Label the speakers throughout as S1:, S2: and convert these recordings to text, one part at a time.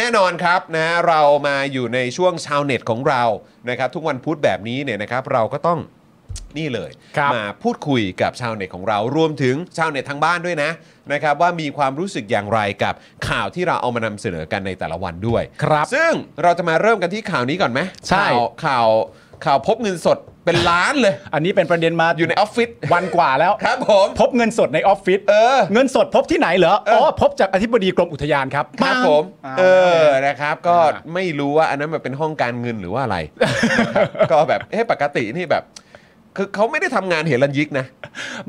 S1: แน่นอนครับนะเรามาอยู่ในช่วงชาวเน็ตของเรานะครับทุกวันพุธแบบนี้เนี่ยนะครับเราก็ต้องนี่เลย
S2: ครับ
S1: มาพูดคุยกับชาวเน็ตของเรารวมถึงชาวเน็ตทางบ้านด้วยนะนะครับว่ามีความรู้สึกอย่างไรกับข่าวที่เราเอามานำเสนอกันในแต่ละวันด้วย
S2: ครับ
S1: ซึ่งเราจะมาเริ่มกันที่ข่าวนี้ก่อนไหม
S2: ใช่
S1: ข่าวข่าวข่าวพบเงินสดเป็นล้านเลย
S2: อันนี้เป็นประเด็นมา
S1: อยู่ในออฟฟิศ
S2: วันกว่าแล้ว
S1: ครับผม
S2: พบเงินสดในออฟฟิศ
S1: เออ
S2: เงินสดพบที่ไหนเหรออ๋อพบจากอธิบดีกรมอุทยานครับ
S1: ครับ
S2: ปัง
S1: ผม
S2: า
S1: เออนะครับก็
S2: อ่า
S1: ไม่รู้ว่าอันนั้นมันเป็นห้องการเงินหรือว่าอะไร ก็แบบเฮ้ปกตินี่แบบ คือเขาไม่ได้ทำงานเห็นรันยิกนะ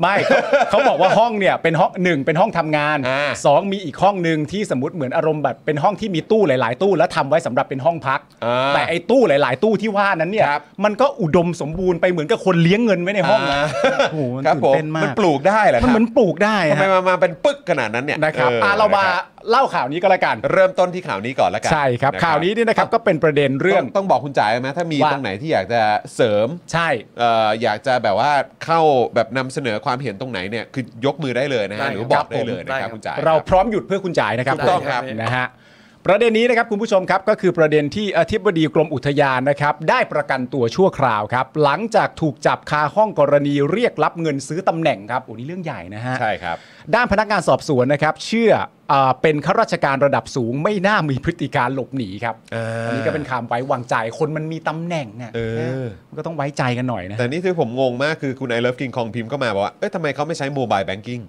S2: ไม่เขาเขาบอกว่าห้องเนี่ยเป็นห้องหนึ่งเป็นห้องทำงาน
S1: อ่า
S2: สองมีอีกห้องหนึ่งที่สมมติเหมือนอารมณ์แบบเป็นห้องที่มีตู้หลาย ๆ ตู้แล้วทำไว้สำหรับเป็นห้องพัก
S1: อ่า
S2: แต่ไอ้ตู้หลาย ๆ ตู้ที่ว่านั้นเนี่ย
S1: ครับ
S2: มันก็อุดมสมบูรณ์ไปเหมือนกับคนเลี้ยงเงินไว้ในห้องอะโอ้โหมัน
S1: ครับผม
S2: ตื่นเต้นมาก
S1: มันปลูกได้เหรอค
S2: มัน
S1: รั
S2: เหมื
S1: บ
S2: อนปลูกได้
S1: ทำไม
S2: ฮะ
S1: มามาเป็นปึ๊กขนาดนั้นเนี่ย
S2: นะครับ
S1: ออ
S2: อ่ะเรามา
S1: ะคบ
S2: เล่าข่าวนี้ก็แล้วกัน
S1: เริ่มต้นที่ข่าวนี้ก่อนแล้วกัน
S2: ใช่ครับ
S1: ะ
S2: ข่าวนี้เนี่ยนะครับก็เป็นประเด็นเรื่อง
S1: ต้ต้องบอกคุณจ๋าไหมถ้ามี
S2: ว่า
S1: ตรงไหนที่อยากจะเสริม
S2: ใช่
S1: เอ่ออยากจะแบบว่าเข้าแบบนำเสนอความเห็นตรงไหนเนี่ยคือยกมือได้เลยนะฮะ
S3: ได้
S1: หรื
S3: ค
S1: อ
S3: รับ
S1: บอกได้
S2: ผม
S1: เลยนะ
S3: ได้
S1: ค
S3: ครั
S1: รับบ คุณจ๋า
S2: เราพร้อมหยุดเพื่อคุณจ่ายนะครับ
S1: ถูกต้องครับ
S2: นะฮะประเด็นนี้นะครับคุณผู้ชมครับก็คือประเด็นที่อธิบดีกรมอุทยานนะครับ ได้ประกันตัวชั่วคราวครับ หลังจากถูกจับคาห้องกรณีเรียกรับเงินซื้อตำแหน่งครับโอ้นี่เรื่องใหญ่นะฮะ
S1: ใช่ครับ
S2: ด้านพนักงานสอบสวนนะครับ เชื่อเอ่อเป็นข้าราชการระดับสูงไม่น่ามีพฤติการหลบหนีครับ
S1: อ่า
S2: อันนี้ก็เป็นคำไว้วางใจคนมันมีตำแหน่งน่ะ
S1: เออ
S2: มันก็ต้องไว้ใจกันหน่อยนะ
S1: แต่นี่ที่ผมงงมากคือคุณไอเลิฟกิงคองพิมพ์ก็มาบอกว่า เอ้ยทำไมเขาไม่ใช้โมบายแบง กิ้ง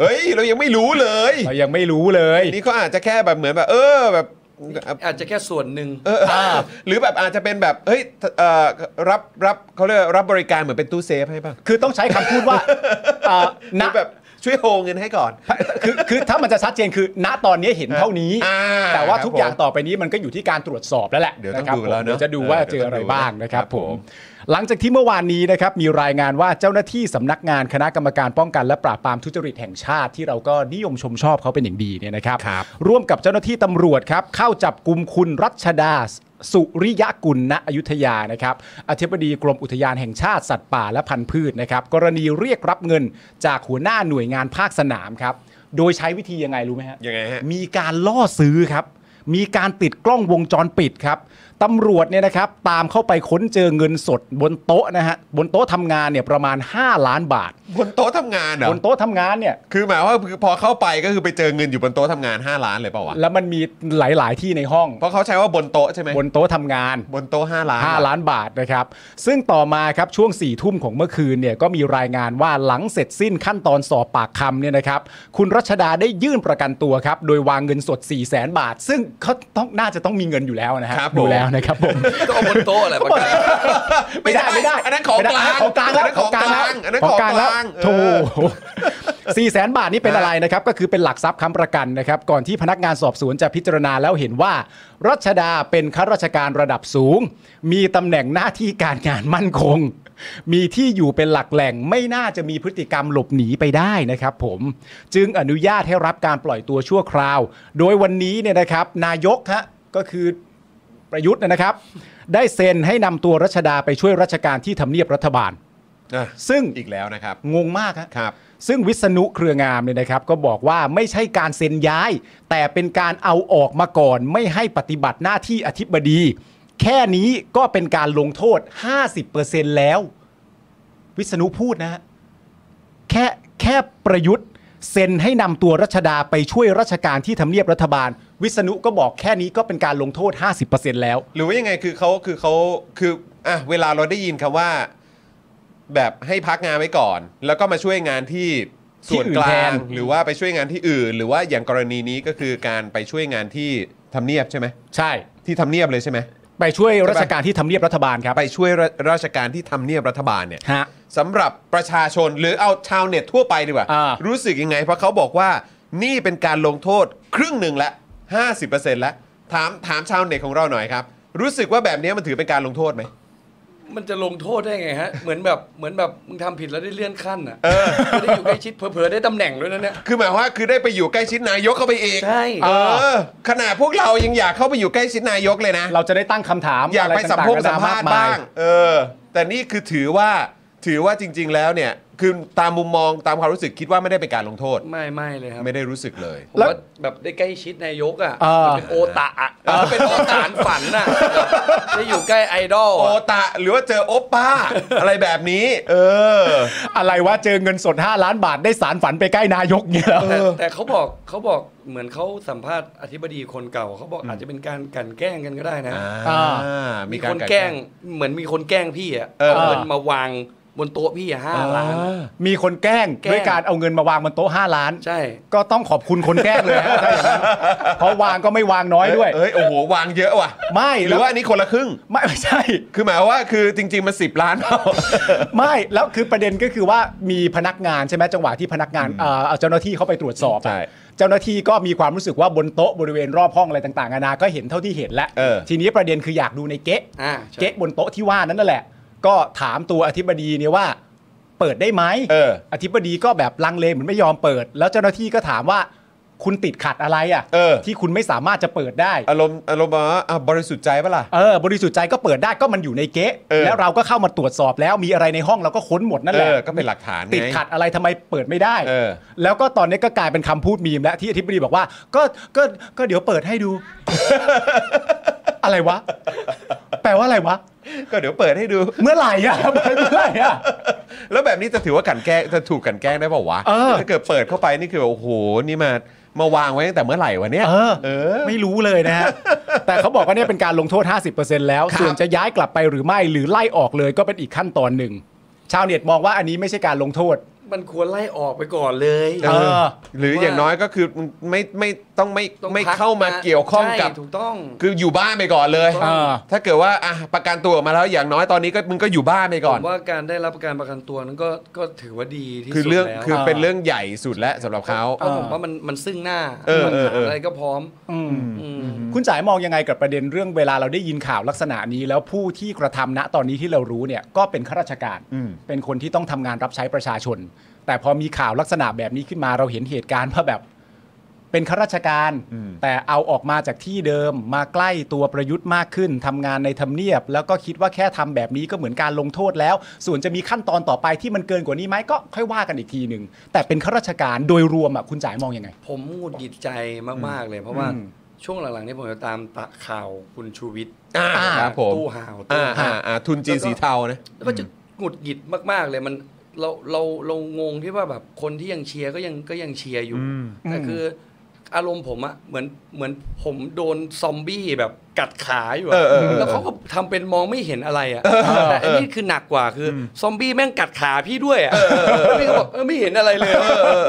S1: เฮ้ย เรายังไม่รู้เลย
S2: เรายังไม่รู้เลย
S1: นี่เขาอาจจะแค่แบบเหมือนแบบ เออแบบ
S3: อาจจะแค่ส่วนหนึ่ง
S1: เออหรือแบบอาจจะเป็นแบบ เฮ้ยเอ่อรับรับเขาเรียกว่ารับบริการเหมือนเป็นตู้เซฟให้ป่ะ
S2: คือต้องใช้คำพูดว่า เอ่อ
S1: ห
S2: ณ
S1: รือแบบช่วยโฮเงินให้ก่อน
S2: คือคือถ้ามันจะชัดเจนคือ ณตอนนี้เห็นเท่านี้
S1: อ่า
S2: แต่ว่าทุก
S1: ครับผม
S2: อย่างต่อไปนี้มันก็อยู่ที่การตรวจสอบแล้วแหละ
S1: เดี๋ยวต้อง
S2: ครับ
S1: ดูแล้ว
S2: ผม
S1: เนอะ
S2: ดี๋ยจะดูว่า
S1: เออ
S2: เจออะไรบ้างนะครับ
S1: เดี๋ยวต้
S2: ผ
S1: องดู
S2: ม หลังจากที่เมื่อวานนี้นะครับมีรายงานว่าเจ้าหน้าที่สำนักงานคณะกรรมการป้องกันและปราบปรามทุจริตแห่งชาติที่เราก็นิยมชมชอบเขาเป็นอย่างดีเนี่ยนะครับ
S1: ครับ
S2: ร่วมกับเจ้าหน้าที่ตำรวจครับเข้าจับกลุ่มคุณรัชดาสุริยกุลณอยุธยานะครับอธิบดีกรมอุทยานแห่งชาติสัตว์ป่าและพันธุ์พืชนะครับกรณีเรียกรับเงินจากหัวหน้าหน่วยงานภาคสนามครับโดยใช้วิธียังไงรู้ไหมฮะ
S1: ยังไงฮะ
S2: มีการล่อซื้อครับ มีการติดกล้องวงจรปิดครับ ตำรวจเนี่ยนะครับตามเข้าไปค้นเจอเงินสดบนโต๊ะนะฮะ บนโต๊ะทำงานเนี่ยประมาณ 5 ล้านบาท
S1: บนโต๊ะทำงานเหรอบ
S2: นโต๊ะทำงานเนี่ย
S1: คือหมายว่าคือพอเข้าไปก็คือไปเจอเงินอยู่บนโต๊ะทำงาน 5 ล้านเลยเปล่าวะ
S2: แล้วมันมีหลาย ๆ ที่ในห้อง
S1: เพราะเขาใช้ว่าบนโต๊ะใช่ไหม
S2: บนโต๊ะทำงาน
S1: บนโต๊ะ5ล้าน
S2: 5 ล้านบาทนะครับ ซึ่งต่อมาครับช่วง4ี่ทุ่มของเมื่อคืนเนี่ยก็มีรายงานว่าหลังเสร็จสิ้นขั้นตอนสอบปากคำเนี่ยนะครับ คุณรัชดาได้ยื่นประกันตัวครับ โดยวางเงินสด 4 0 0แสนบาท ซึ่งเขาต้องน่าจะต้องมีเงินอยู่แล้วนะฮะดูแล้วนะครับ ผม
S3: ก็เอาบนโต๊ะแหละประกัน
S2: ไม่ได้ไม่ได้
S1: อันนั้นของกลาง
S2: ของกลางแล้ว
S1: ของกลางอันนั้นของกลางเออ
S2: โถูก สี่แสนบาทนี่เป็นอะไรนะครับ ก็คือเป็นหลักทรัพย์ค้ำประกันนะครับ ก่อนที่พนักงานสอบสวนจะพิจารณาแล้วเห็นว่า รัชดาเป็นข้าราชการระดับสูง มีตำแหน่งหน้าที่การงานมั่นคง มีที่อยู่เป็นหลักแหล่งไม่น่าจะมีพฤติกรรมหลบหนีไปได้นะครับผมจึงอนุญาตให้รับการปล่อยตัวชั่วคราว โดยวันนี้เนี่ยนะครับ นายกฮะก็คือ ประยุทธ์นะครับ ได้เซ็นให้นำตัวรัชดาไปช่วยราชการที่ทำเนียบรัฐบาล
S1: อ่ะ
S2: ซึ่ง
S1: อีกแล้วนะครับ
S2: งงมากฮะ
S1: ครับ
S2: ซึ่งวิษณุเครืองามเนี่ยนะครับ ก็บอกว่าไม่ใช่การเซ็นย้าย แต่เป็นการเอาออกมาก่อน ไม่ให้ปฏิบัติหน้าที่อธิบดี แค่นี้ก็เป็นการลงโทษ 50%แล้ว วิษณุพูดนะฮะแค่แค่ประยุทธ์เซ็นให้นำตัวรัชดาไปช่วยราชการที่ทำเนียบรัฐบาล วิษณุก็บอกแค่นี้ก็เป็นการลงโทษ 50%แล้ว
S1: หรือว่ายังไงคือเขาคือเขาคืออ่ะเวลาเราได้ยินคำว่า แบบให้พักงานไว้ก่อน แล้วก็มาช่วยงานที่ส่วนกลา
S2: ที่อื่นแท
S1: ง
S2: น
S1: หรือว่าไปช่วยงานที่อื่น หรือว่าอย่างกรณีนี้ก็คือการไปช่วยงานที่ทำเนียบใช่ไหม
S2: ใช่
S1: ที่ทำเนียบเลยใช่ไหม
S2: ไปช่วย
S1: ใช่ปะ
S2: ราชการที่ทำเนียบรัฐบาลครับ
S1: ไปช่วยราราชการที่ทำเนียบรัฐบาลเนี่ย
S2: ฮะ
S1: สำหรับประชาชนหรือเอาชาวเน็ตทั่วไปดีกว่า
S2: อ่า
S1: รู้สึกยังไง เพราะเขาบอกว่านี่เป็นการลงโทษครึ่งหนึ่งละ50%ละถามถามชาวเน็ตของเราหน่อยครับ รู้สึกว่าแบบนี้มันถือเป็นการลงโทษไหม
S3: มันจะลงโทษได้ไงฮะ เหมือนแบบเหมือนแบบมึงทำผิดแล้วได้เลื่อนขั้นอ่ะจะได้อยู่ใกล้ชิดเผลอๆได้ตำแหน่งด้วยนะเนี่ย
S1: คือหมายว่าคือได้ไปอยู่ใกล้ชิดนายกเข้าไปอีก
S3: ใช่
S1: เออ ขนาดพวกเรายังอยากเข้าไปอยู่ใกล้ชิดนายกเลยนะ
S2: เราจะได้ตั้งคำถาม
S1: อยากไปสัมพงสัมภาษณ์
S2: อะไรต่งๆนนมกมย
S1: บ้าง เออ แต่นี่คือถือว่าถือว่าจริง ๆ แล้วเนี่ย คือตามมุมมองตามความรู้สึกคิดว่าไม่ได้เป็นการลงโทษ
S3: ไม่ไม่เลยครับ
S1: ไม่ได้รู้สึกเลย
S3: ผมว่าแบบได้ใกล้ชิดนายกอ่ะ
S2: เออ
S3: มันเป็นโอตะอ่ะมันเป็นโอตานฝันน่ะได้อยู่ใกล้ไอดอล
S1: โอ
S3: อะ
S1: ตะหรือว่าเจอโอปป้า อะไรแบบนี้ เออ
S2: อะไรว่าเจอเงินสด 5 ล้านบาทได้สารฝันไปใกล้นายกเงี้ยแล้ว
S3: แต่แต่เขาบอกเขาบอกเหมือนเขาสัมภาษณ์อธิบดีคนเก่าเขาบอกอาจจะเป็นการกลันแกล้งกันก็ได้นะ
S1: อ่า
S3: มี
S1: มี
S3: คนแกล้งเหมือนมีคนแกล้งพี่อ่ะ
S2: เออ
S3: เอาเงินมาวางบนโต๊ะพี่อ่ะห้า
S1: อ่า
S3: ล้าน
S2: มีคนแกล้ง
S3: แกล้ง
S2: ด้วยการเอาเงินมาวางบนโต๊ะ5ล้าน
S3: ใช่
S2: ก็ต้องขอบคุณคนแกล้ง เลยฮะถ้าอย่างนั้นเพราะวางก็ไม่วางน้อยด้วย
S1: เอ้ยโอ้โหวางเยอะว่ะ
S2: ไม่
S1: หรือว่าอันนี้คนละครึ่ง
S2: ไม่ ไม่ใช่
S1: คือหมายความว่าคือจริง ๆ มันสิบล้านเป ล่า
S2: ไม่แล้วคือประเด็นก็คือว่ามีพนักงานใช่ไหมจังหวะที่พนักงานเอ่อเอาเจ้าหน้าที่เข้าไปตรวจสอบอะ
S1: ใช่
S2: เจ้าหน้าที่ก็มีความรู้สึกว่าบนโต๊ะบริเวณรอบห้องอะไรต่างๆนานาก็เห็นเท่าที่เห็นแล้ว
S1: เออ
S2: ทีนี้ประเด็นคืออยากดูในเก๊ะ
S3: อ่าใช่
S2: เก๊ะบนโต๊ะที่ว่านั้นนั่นแหละ ก็ถามตัวอธิบดีเนี่ยว่า เปิดได้ไหม
S1: เออ
S2: อธิบดีก็แบบลังเลเหมือนไม่ยอมเปิด แล้วเจ้าหน้าที่ก็ถามว่าคุณติดขัดอะไรอ่ะ
S1: เออ
S2: ที่คุณไม่สามารถจะเปิดได้
S1: อารมณ์อารมณ์แบบว่าอ่ะบริสุทธิ์ใจปะล่ะ
S2: เออบริสุทธิ์ใจก็เปิดได้ก็มันอยู่ในเก๊ะ
S1: เออ
S2: แล้วเราก็เข้ามาตรวจสอบแล้วมีอะไรในห้องเราก็ค้นหมดนั่น
S1: เอ
S2: แหละ
S1: อ ก็เป็นหลักฐานไง
S2: ติดขัดอะไรทำไมเปิดไม่ได้
S1: เออ
S2: แล้วก็ตอนนี้ก็กลายเป็นคำพูดมีมแล้วที่อธิบดีบอกว่า ก็ก็ก็เดี๋ยวเปิดให้ดู อะไรวะ แปลว่าอะไรวะ
S1: ก็เดี๋ยวเปิดให้ดู
S2: เมื่อไหร่อ่ะเปิดเมื่อไหร่อ่ะ
S1: แล้วแบบนี้จะถือว่ากลันแกล้งจะถูกกลันแกล้งได้เปล่าวะ
S2: เออ
S1: ถ้าเกิดเปิดเข้าไปนี่คือแบบโอ้โหนี่มามาวางไว้ตั้งแต่เมื่อไหร่วะเนี่ย
S2: เออ
S1: เออ
S2: ไม่รู้เลยนะฮะ แต่เขาบอกว่าเนี่ยเป็นการลงโทษ 50%แล้ว
S1: ครับ
S2: ส่วนจะย้ายกลับไปหรือไม่หรือไล่ออกเลยก็เป็นอีกขั้นตอนหนึ่ง ชาวเน็ตมองว่าอันนี้ไม่ใช่การลงโทษ
S3: มันควรไล่ออกไปก่อนเลย
S2: เออ
S1: หรืออย่างน้อยก็คือไม่ไม่ต้องไม่
S3: ต้อง
S1: ไม่
S3: พัก
S1: เข้ามา
S3: นะ
S1: เกี่ยวข้องกับ
S3: ใช่ถูกต้อง
S1: คืออยู่บ้านไปก่อนเลย
S2: เออ
S1: ถ้าเกิดว่าอ่ะประกันตัวออกมาแล้วอย่างน้อยตอนนี้ก็มึงก็อยู่บ้านไปก่อน
S3: ผมว่าการได้รับการประกันตัวนั้นก็ก็ถือว่าดีที่สุด
S1: คือเรื่อง
S3: แล้ว
S1: คือ
S2: เออ
S1: เป็นเรื่องใหญ่สุดแล้วสำหรับเขา
S3: เพราะผมว่ามันมันซึ่งหน้า
S1: เออ
S3: มัน
S1: เออ
S3: หา
S1: เอออ
S3: อะไรก็พร้อม
S2: อืม
S3: อืม
S2: คุณจ๋ายมองยังไงกับประเด็นเรื่องเวลาเราได้ยินข่าวลักษณะนี้ แล้วผู้ที่กระทำณตอนนี้ที่เรารู้เนี่ยก็เป็นข้าราชการ
S1: อืม
S2: เป็นคนที่ต้องทำงานรับใช้ประชาชน แต่พอมีข่าวลักษณะแบบนี้ขึ้นมาเราเห็นเหตุการณ์ว่าแบบ เป็นข้าราชการ แต่เอาออกมาจากที่เดิม มาใกล้ตัวประยุทธ์มากขึ้นทำงานในทำเนียบ แล้วก็คิดว่าแค่ทำแบบนี้ก็เหมือนการลงโทษแล้ว ส่วนจะมีขั้นตอนต่อไปที่มันเกินกว่านี้ไหมก็ค่อยว่ากันอีกทีหนึ่งแต่เป็นข้าราชการโดยรวมอ่ะคุณจ๋ายมองยังไง
S3: ผมหงุดหงิดใจมาก ๆ เลย เพราะว่าช่วงหลังๆนี่ผมจะตามตะข่าวคุณชูวิทย์
S1: อ่า
S2: อ่า
S1: ครับผม
S3: ตู้ห่าว
S1: อ่า
S3: ตู้ห่า
S1: อ่าว อ่าทุนจีนสีเทานะ
S3: แล้วก็จะหงุดหงิดมาก ๆ เลยมันเราเราเรางงที่ว่าแบบคนที่ยังเชียร์ก็ยังก็ยังเชียร์อยู่
S1: อืม
S3: แต่คืออารมณ์ผมอะเหมือนเหมือนผมโดนซอมบี้แบบกัดขาอยู่อะ
S1: เออเออเออ
S3: แล้วเขาก็ทำเป็นมองไม่เห็นอะไรอะแต่อันนี้คือหนักกว่าคืออซอมบี้แม่งกัดขาพี่ด้วยอะแล้วพี่ก็บอกเออไม่เห็นอะไรเลย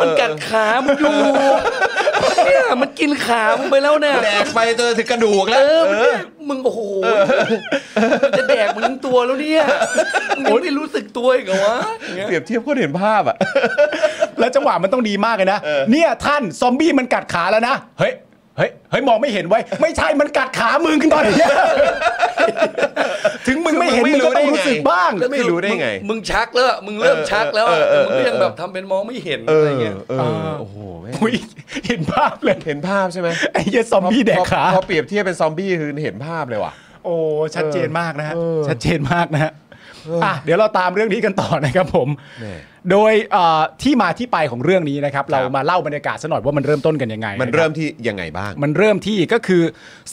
S3: มันกัดขามันอยู่ เนี่ยมันกินขามึงไปแล้วเนี่ย
S1: แดกไปจนถึงกระดูก
S3: เอ
S1: แล้ว
S3: อมันเนี่ยมึงโอ้โหมันจะแดกมึงทั้งตัวแล้วเนี่ยมึงไม่รู้สึกตัวอีกเหรอวะอย่างเงี้ย
S1: เปรียบเทียบก็เห็นภาพอ่ะ
S2: แล้วจังหวะมันต้องดีมากเลยนะ
S1: เออ
S2: เนี่ยท่านซอมบี้มันกัดขาแล้วนะ เฮ้ย เฮ้ย เฮ้ยมองไม่เห็นไว้ยไม่ใช่มันกัดขามึงขึ้นตอนเนี้ยถึงมึงไม่เห็นมึงก็ต้องรู้สึกบ้าง
S1: แล้วไม่รู้ได้ไง
S3: มึมึงชักแล้วอะมึงเริ่มชักแล้วอะ
S1: เอ
S3: แต่
S1: อ
S3: มึง
S1: เออเออ
S3: ก็ยังแบบทำเป็นมองไม่เห็น
S1: เอ
S3: อะไร
S1: อ
S3: เงี้ย
S1: เอ
S2: เอ
S1: อ
S2: อ
S1: โอ้โหแม่ง
S2: อุ๊ยเห็นภาพเลย
S1: เห็นภาพใช่ไหม
S2: ไอ้เหี้ยซอมบี้แดก
S1: พอ
S2: ขา
S1: พอเปรียบเทียบเป็นซอมบี้คือเห็นภาพเลยว่ะ
S2: โอ้ชัดเจนมากนะฮะ
S1: เออ
S2: ชัดเจนมากนะฮะอ่ะเดี๋ยวเราตามเรื่องนี้กันต่อนะครับผม
S1: แน่
S2: โดยเอ่อที่มาที่ไปของเรื่องนี้นะครับ เรา
S1: ครับ
S2: มาเล่าบรรยากาศสหน่อยว่ามันเริ่มต้นกันยังไง
S1: มันะครับ เริ่มที่ยังไงบ้าง
S2: มันเริ่มที่ก็คือ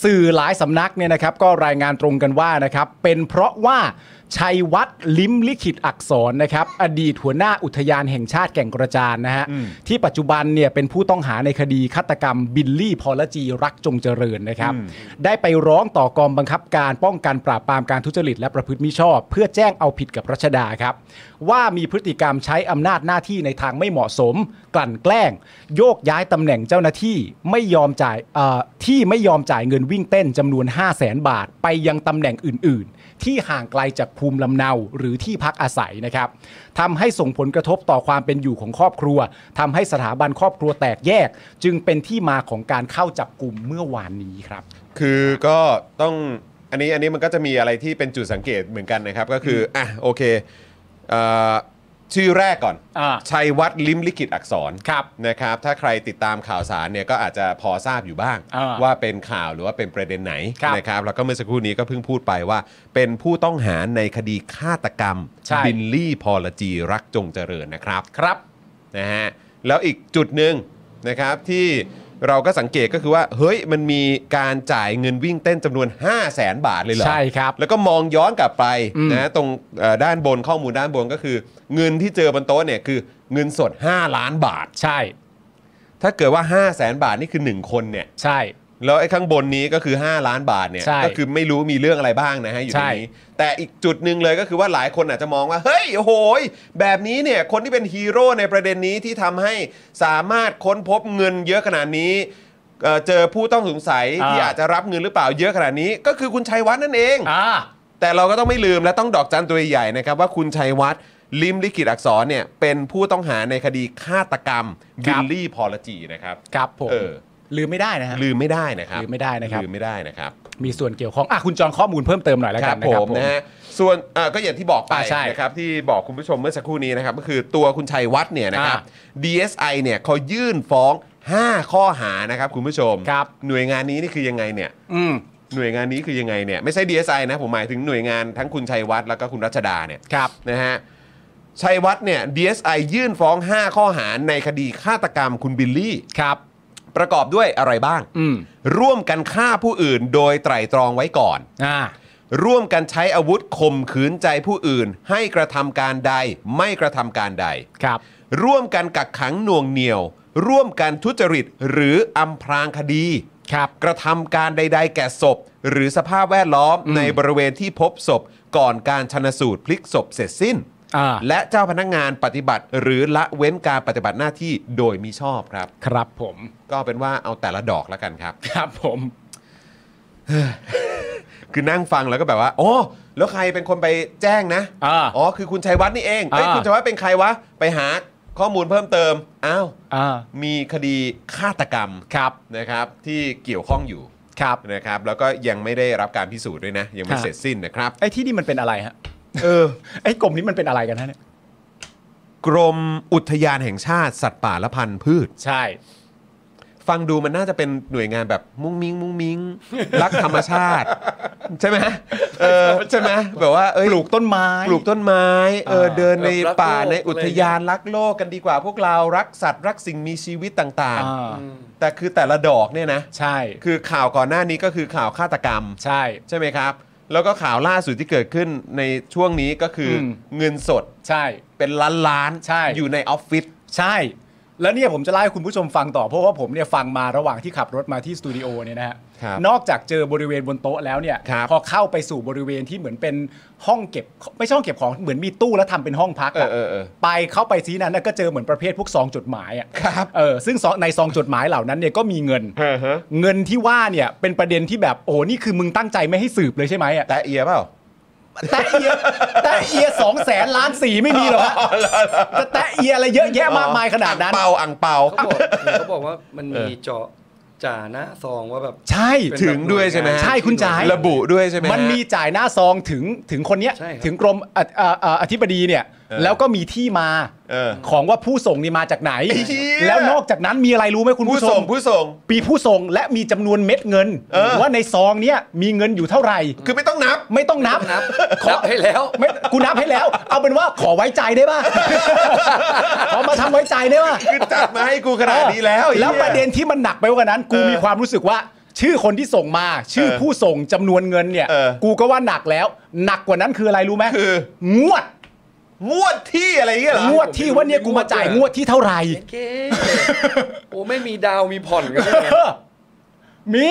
S2: สื่อหลายสำนักเนี่ยนะครับ ก็รายงานตรงกันว่านะครับ เป็นเพราะว่าชัยวัฒน์ลิ้มลิขิตอักษรนะครับ อดีตหัวหน้าอุทยานแห่งชาติแก่งกระจานนะฮะ ที่ปัจจุบันเนี่ยเป็นผู้ต้องหาในคดีฆาตกรรมบิลลี่พอลจีรักจงเจริญนะครับ ได้ไปร้องต่อกองบังคับการป้องกันปราบปรามการทุจริตและประพฤติมิชอบ เพื่อแจ้งเอาผิดกับรัชดาครับ ว่ามีพฤติกรรมใช้อำนาจหน้าที่ในทางไม่เหมาะสม กลั่นแกล้ง โยกย้ายตำแหน่งเจ้าหน้าที่ไม่ยอมจ่ายเอ่อที่ไม่ยอมจ่ายเงินวิ่งเต้นจำนวน 5 0 0แสนบาท ไปยังตำแหน่งอื่น ๆ ที่ห่างไกลจากภูมิลำเนาหรือที่พักอาศัยนะครับทำให้ส่งผลกระทบต่อความเป็นอยู่ของครอบครัวทำให้สถาบันครอบครัวแตกแยก จึงเป็นที่มาของการเข้าจับกลุ่มเมื่อวานนี้ครับ
S1: คือก็ต้องอันนี้อันนี้มันก็จะมีอะไรที่เป็นจุดสังเกตเหมือนกันนะครับ ก็คืออ่ะโอเคเอ่อ ชื่อแรกก่อน
S2: อ่า
S1: ชัยวัฒน์ลิมลิขิตอักษร
S2: ครับ
S1: นะครับ ถ้าใครติดตามข่าวสารเนี่ยก็อาจจะพอทราบอยู่บ้าง
S2: อ่า
S1: ว่าเป็นข่าวหรือว่าเป็นประเด็นไหน
S2: ครับ
S1: นะครับแล้วก็เมื่อสักครู่นี้ก็เพิ่งพูดไปว่า เป็นผู้ต้องหาในคดีฆาตกรรม
S2: ใช่
S1: บิลลี่พอลจีรักจงเจริญนะครับ
S2: ครับ
S1: นะฮะแล้วอีกจุดหนึ่งนะครับที่เราก็สังเกตก็คือว่า เฮ้ยมันมีการจ่ายเงินวิ่งเต้นจำนวน 5 0 0แสนบาทเลยเหรอ
S2: ใช่ครับ
S1: แล้วก็มองย้อนกลับไป
S2: อืม
S1: นะตรงเอ่อด้านบนข้อมูลด้านบนก็คือ เงินที่เจอบนโต๊ะเนี่ยคือเงินสด 5 ล้านบาท
S2: ใช่
S1: ถ้าเกิดว่า 5 0 0แสนบาทนี่คือ 1 คนเนี่ย
S2: ใช่
S1: แล้วไอ้ข้างบนนี้ก็คือ 5 ล้านบาทเนี่ย
S2: ใช่
S1: ก็คือไม่รู้มีเรื่องอะไรบ้างนะฮะอยู่ใน
S2: ใช่
S1: นี้ แต่อีกจุดหนึ่งเลยก็คือว่าหลายคนอาจจะมองว่า เฮ้ยโอ้โหยแบบนี้เนี่ยคนที่เป็นฮีโร่ในประเด็นนี้ที่ทำให้สามารถค้นพบเงินเยอะขนาดนี้เอ่อเจอผู้ต้องสงสัย
S2: อ่า
S1: ที่อาจจะรับเงินหรือเปล่าเยอะขนาดนี้ ก็คือคุณชัยวัฒน์นั่นเอง
S2: อ่า
S1: แต่เราก็ต้องไม่ลืมและต้องดอกจันตัวใหญ่ๆนะครับว่าคุณชัยวัฒน์ลิมลิขิตอักษรเนี่ยเป็นผู้ต้องหาในคดีฆาตกรรม
S2: ครั
S1: บิ
S2: บ
S1: ลลี่พอลจีนะครับ
S2: ครับผม
S1: เออ
S2: ลืมไม่ได้นะฮะ
S1: ลืมไม่ได้นะครับ
S2: ลืมไม่ได้นะครับ
S1: ลืมไม่ได้นะครับ
S2: มีส่วนเกี่ยวข้องอ่ะคุณจองข้อมูลเพิ่มเติมหน่อยแล้ว
S1: ค
S2: กั
S1: รั
S2: น
S1: บ
S2: นะ
S1: ผ
S2: ครับ
S1: ม
S2: ผม
S1: นะฮะส่วนอ่าก็อย่างที่บอกไป
S2: อ่าใช่
S1: นะครับที่บอกคุณผู้ชมเมื่อสักครู่นี้นะครับก็คือตัวคุณชัยวัฒน์เนี่ยนะครับ
S2: อ่
S1: DSI เนี่ยเขายื่นฟ้อง 5 ข้อหานะครับคุณผู้ชม
S2: ครับ
S1: หน่วยงานนี้นี่คือยังไงเนี่ย
S2: อืม
S1: หน่วยงานนี้คือยังไงเนี่ยไม่ใช่ DSI นะผมหมายถึงหน่วยงานทั้งคุณชัยวัฒน์แล้วก็คุณรัชดาเนี่ย
S2: ครับ
S1: นะฮะชัยวัฒน์เนี่ย DSI ยื่นฟ้อง 5 ข้อหาในคดีฆาตกรรมคุณบิลลี่
S2: ครับ
S1: ประกอบด้วยอะไรบ้าง
S2: อืม
S1: ร่วมกันฆ่าผู้อื่นโดยไตร่ตรองไว้ก่อน
S2: อ่า
S1: ร่วมกันใช้อาวุธข่มขืนใจผู้อื่น ให้กระทำการใดไม่กระทำการใด
S2: ครับ
S1: ร่วมกันกักขังหน่วงเหนี่ยว ร่วมกันทุจริตหรืออำพรางคดี
S2: ครับ
S1: กระทำการใด ๆ แก่ศพ หรือสภาพแวดล้อม
S2: อืม
S1: ในบริเวณที่พบศพก่อนการชนสูตรพลิกศพเสร็จสิ้น
S2: อ่า
S1: และเจ้าพนักงานปฏิบัติ หรือละเว้นการปฏิบัติหน้าที่โดยมิชอบครับ
S2: ครับผม
S1: ก็เอาเป็นว่าเอาแต่ละดอกแล้วกันครับ
S2: ครับผม
S1: คือนั่งฟังแล้วก็แบบว่าอ๋อแล้วใครเป็นคนไปแจ้งนะ
S2: อ่า
S1: อ๋อ คือคุณชัยวัฒน์นี่เองเอ้ย
S2: อ่า
S1: คุณชัยวัฒน์เป็นใครวะ ไปหาข้อมูลเพิ่มเติม อ้าว
S2: อ่า
S1: มีคดีฆาตกรรม
S2: ครับ
S1: นะครับ ที่เกี่ยวข้องอยู่
S2: ครับ
S1: นะครับ แล้วก็ยังไม่ได้รับการพิสูจน์ด้วยนะ ยังไม่
S2: ฮะ
S1: เสร็จสิ้นนะครับ
S2: ไอ้ที่นี่มันเป็นอะไรฮะ
S1: เออ
S2: ไอ้กลมนี้มันเป็นอะไรกันฮะเนี่ย
S1: กรมอุทยานแห่งชาติสัตว์ป่าและพันธุ์พืช
S2: ใช่
S1: ฟังดูมันน่าจะเป็นหน่วยงานแบบมุ้งมิ้งมุ้งมิ้ง รักธรรมชาติ ใช่ไหมเออใช่ไหมแบบว่าเอ้ย
S2: ปลูกต้นไม้
S1: ปลูกต้นไม้เออ
S2: อ่า
S1: เดินใน
S3: รัก
S1: ป่า
S3: โลก
S1: ในอุทยานรักโลกกันดีกว่าพวกเรารักสัตว์รักสิ่งมีชีวิตต่าง
S2: อ่า
S1: ๆ แต่คือแต่ละดอกเนี่ยนะ
S2: ใช่
S1: คือข่าวก่อนหน้านี้ก็คือข่าวฆาตกรรม
S2: ใช่
S1: ใช่ไหมครับ แล้วก็ข่าวล่าสุดที่เกิดขึ้นในช่วงนี้ก็คืออ
S2: ม
S1: เงินสด
S2: ใช่
S1: เป็นล้านล้านๆ
S2: ใช่
S1: อยู่ในออฟฟิศ
S2: ใช่ แล้วเนี่ยผมจะเล่าให้คุณผู้ชมฟังต่อเพราะว่าผมเนี่ยฟังมาระหว่างที่ขับรถมาที่สตูดิโอเนี่ยนะฮะ
S1: ครับ
S2: นอกจากเจอบริเวณบนโต๊ะแล้วเนี่ย
S1: ครับ
S2: พอเข้าไปสู่บริเวณที่เหมือนเป็นห้องเก็บ ไม่ใช่ห้องเก็บของเหมือนมีตู้แล้วทำเป็นห้องพักะ
S1: เออเออเออ
S2: ไปเข้าไปซีนั้นน่ะก็เจอเหมือนประเภทพวกซองจดหมายอ่ะ
S1: ครับ
S2: เออซึ่งซองในซองจดหมายเหล่านั้นเนี่ยก็มีเงิน
S1: เออฮะ
S2: เงินที่ว่าเนี่ยเป็นประเด็นที่แบบโอ้โหนี่คือมึงตั้งใจไม่ให้สืบเลยใช่ไหมอ่ะ
S1: แต่เอียเปล่า
S2: แต่เอียแต่เอียสองแสนล้านสีไม่มีหรอกฮะจะแต่เอียอะไรเยอะแยะมากมายขนาดนั้น
S1: อ่งเปาอ่างเปา
S3: เขาบอกเขาบอกว่ามันมีเจาะจ่าหน้าซองว่าแบบ
S2: ใช่
S3: เป็น
S1: ถึงด้วยใช่ไหมฮะ
S2: ใช่คุณจ๋า
S1: ระบุด้วยใช่ไหมฮะ
S2: มันมีจ่ายหน้าซองถึงถึงคนเนี้ย
S3: ใช่ครับ
S2: ถึงกรมอ่ะอ่ะอ่ะอธิบดีเนี่ย
S1: เออ
S2: แล้วก็มีที่มา
S1: เออ
S2: ของว่าผู้ส่งนี่มาจากไหน
S1: ไอ้เหี้ย
S2: แล้วนอกจากนั้นมีอะไรรู้ไหมคุณ
S1: ผู้
S2: ผู้ช
S1: ส่
S2: ม
S1: งผู้ส่ง
S2: ปีผู้ส่งและมีจำนวนเม็ดเงิน
S1: เออ
S2: ว่าในซองเนี้ยมีเงินอยู่เท่าไหร่
S1: คือไม่ต้องนับ
S2: ไม่ต้องนับ
S3: นับ
S2: ข
S3: นั
S2: อบ
S3: ให้แล้ว
S2: ไม่กูนับให้แล้ว เอาเป็นว่าขอไว้ใจได้ ป่ะ ขอมาทำไว้ใจได้ป่ะ
S1: คือจัดมาให้กูขนาดนี้แล้วไอ้
S2: แล้ว
S1: หี้ย
S2: ประเด็นที่มันหนักไปกว่านั้น กู
S1: เออ
S2: มีความรู้สึกว่า ชื่อคนที่ส่งมา ชื่อ
S1: เออ
S2: ผู้ส่งจำนวนเงินเนี่ย
S1: เออ
S2: กูก็ว่าหนักแล้ว หนักกว่านั้นคืออะไรรู้ไหม
S1: คือ
S2: งวด
S1: งวดที่อะไรอย่างเงี้ยเหรอง
S2: วดที่ว่าเนี่ยกูมาจ่ายงวดที่เท่าไหร่
S3: โอเคโอ้ไม่มีดาวมีผ่อนกันด้วยนะ
S2: เออมี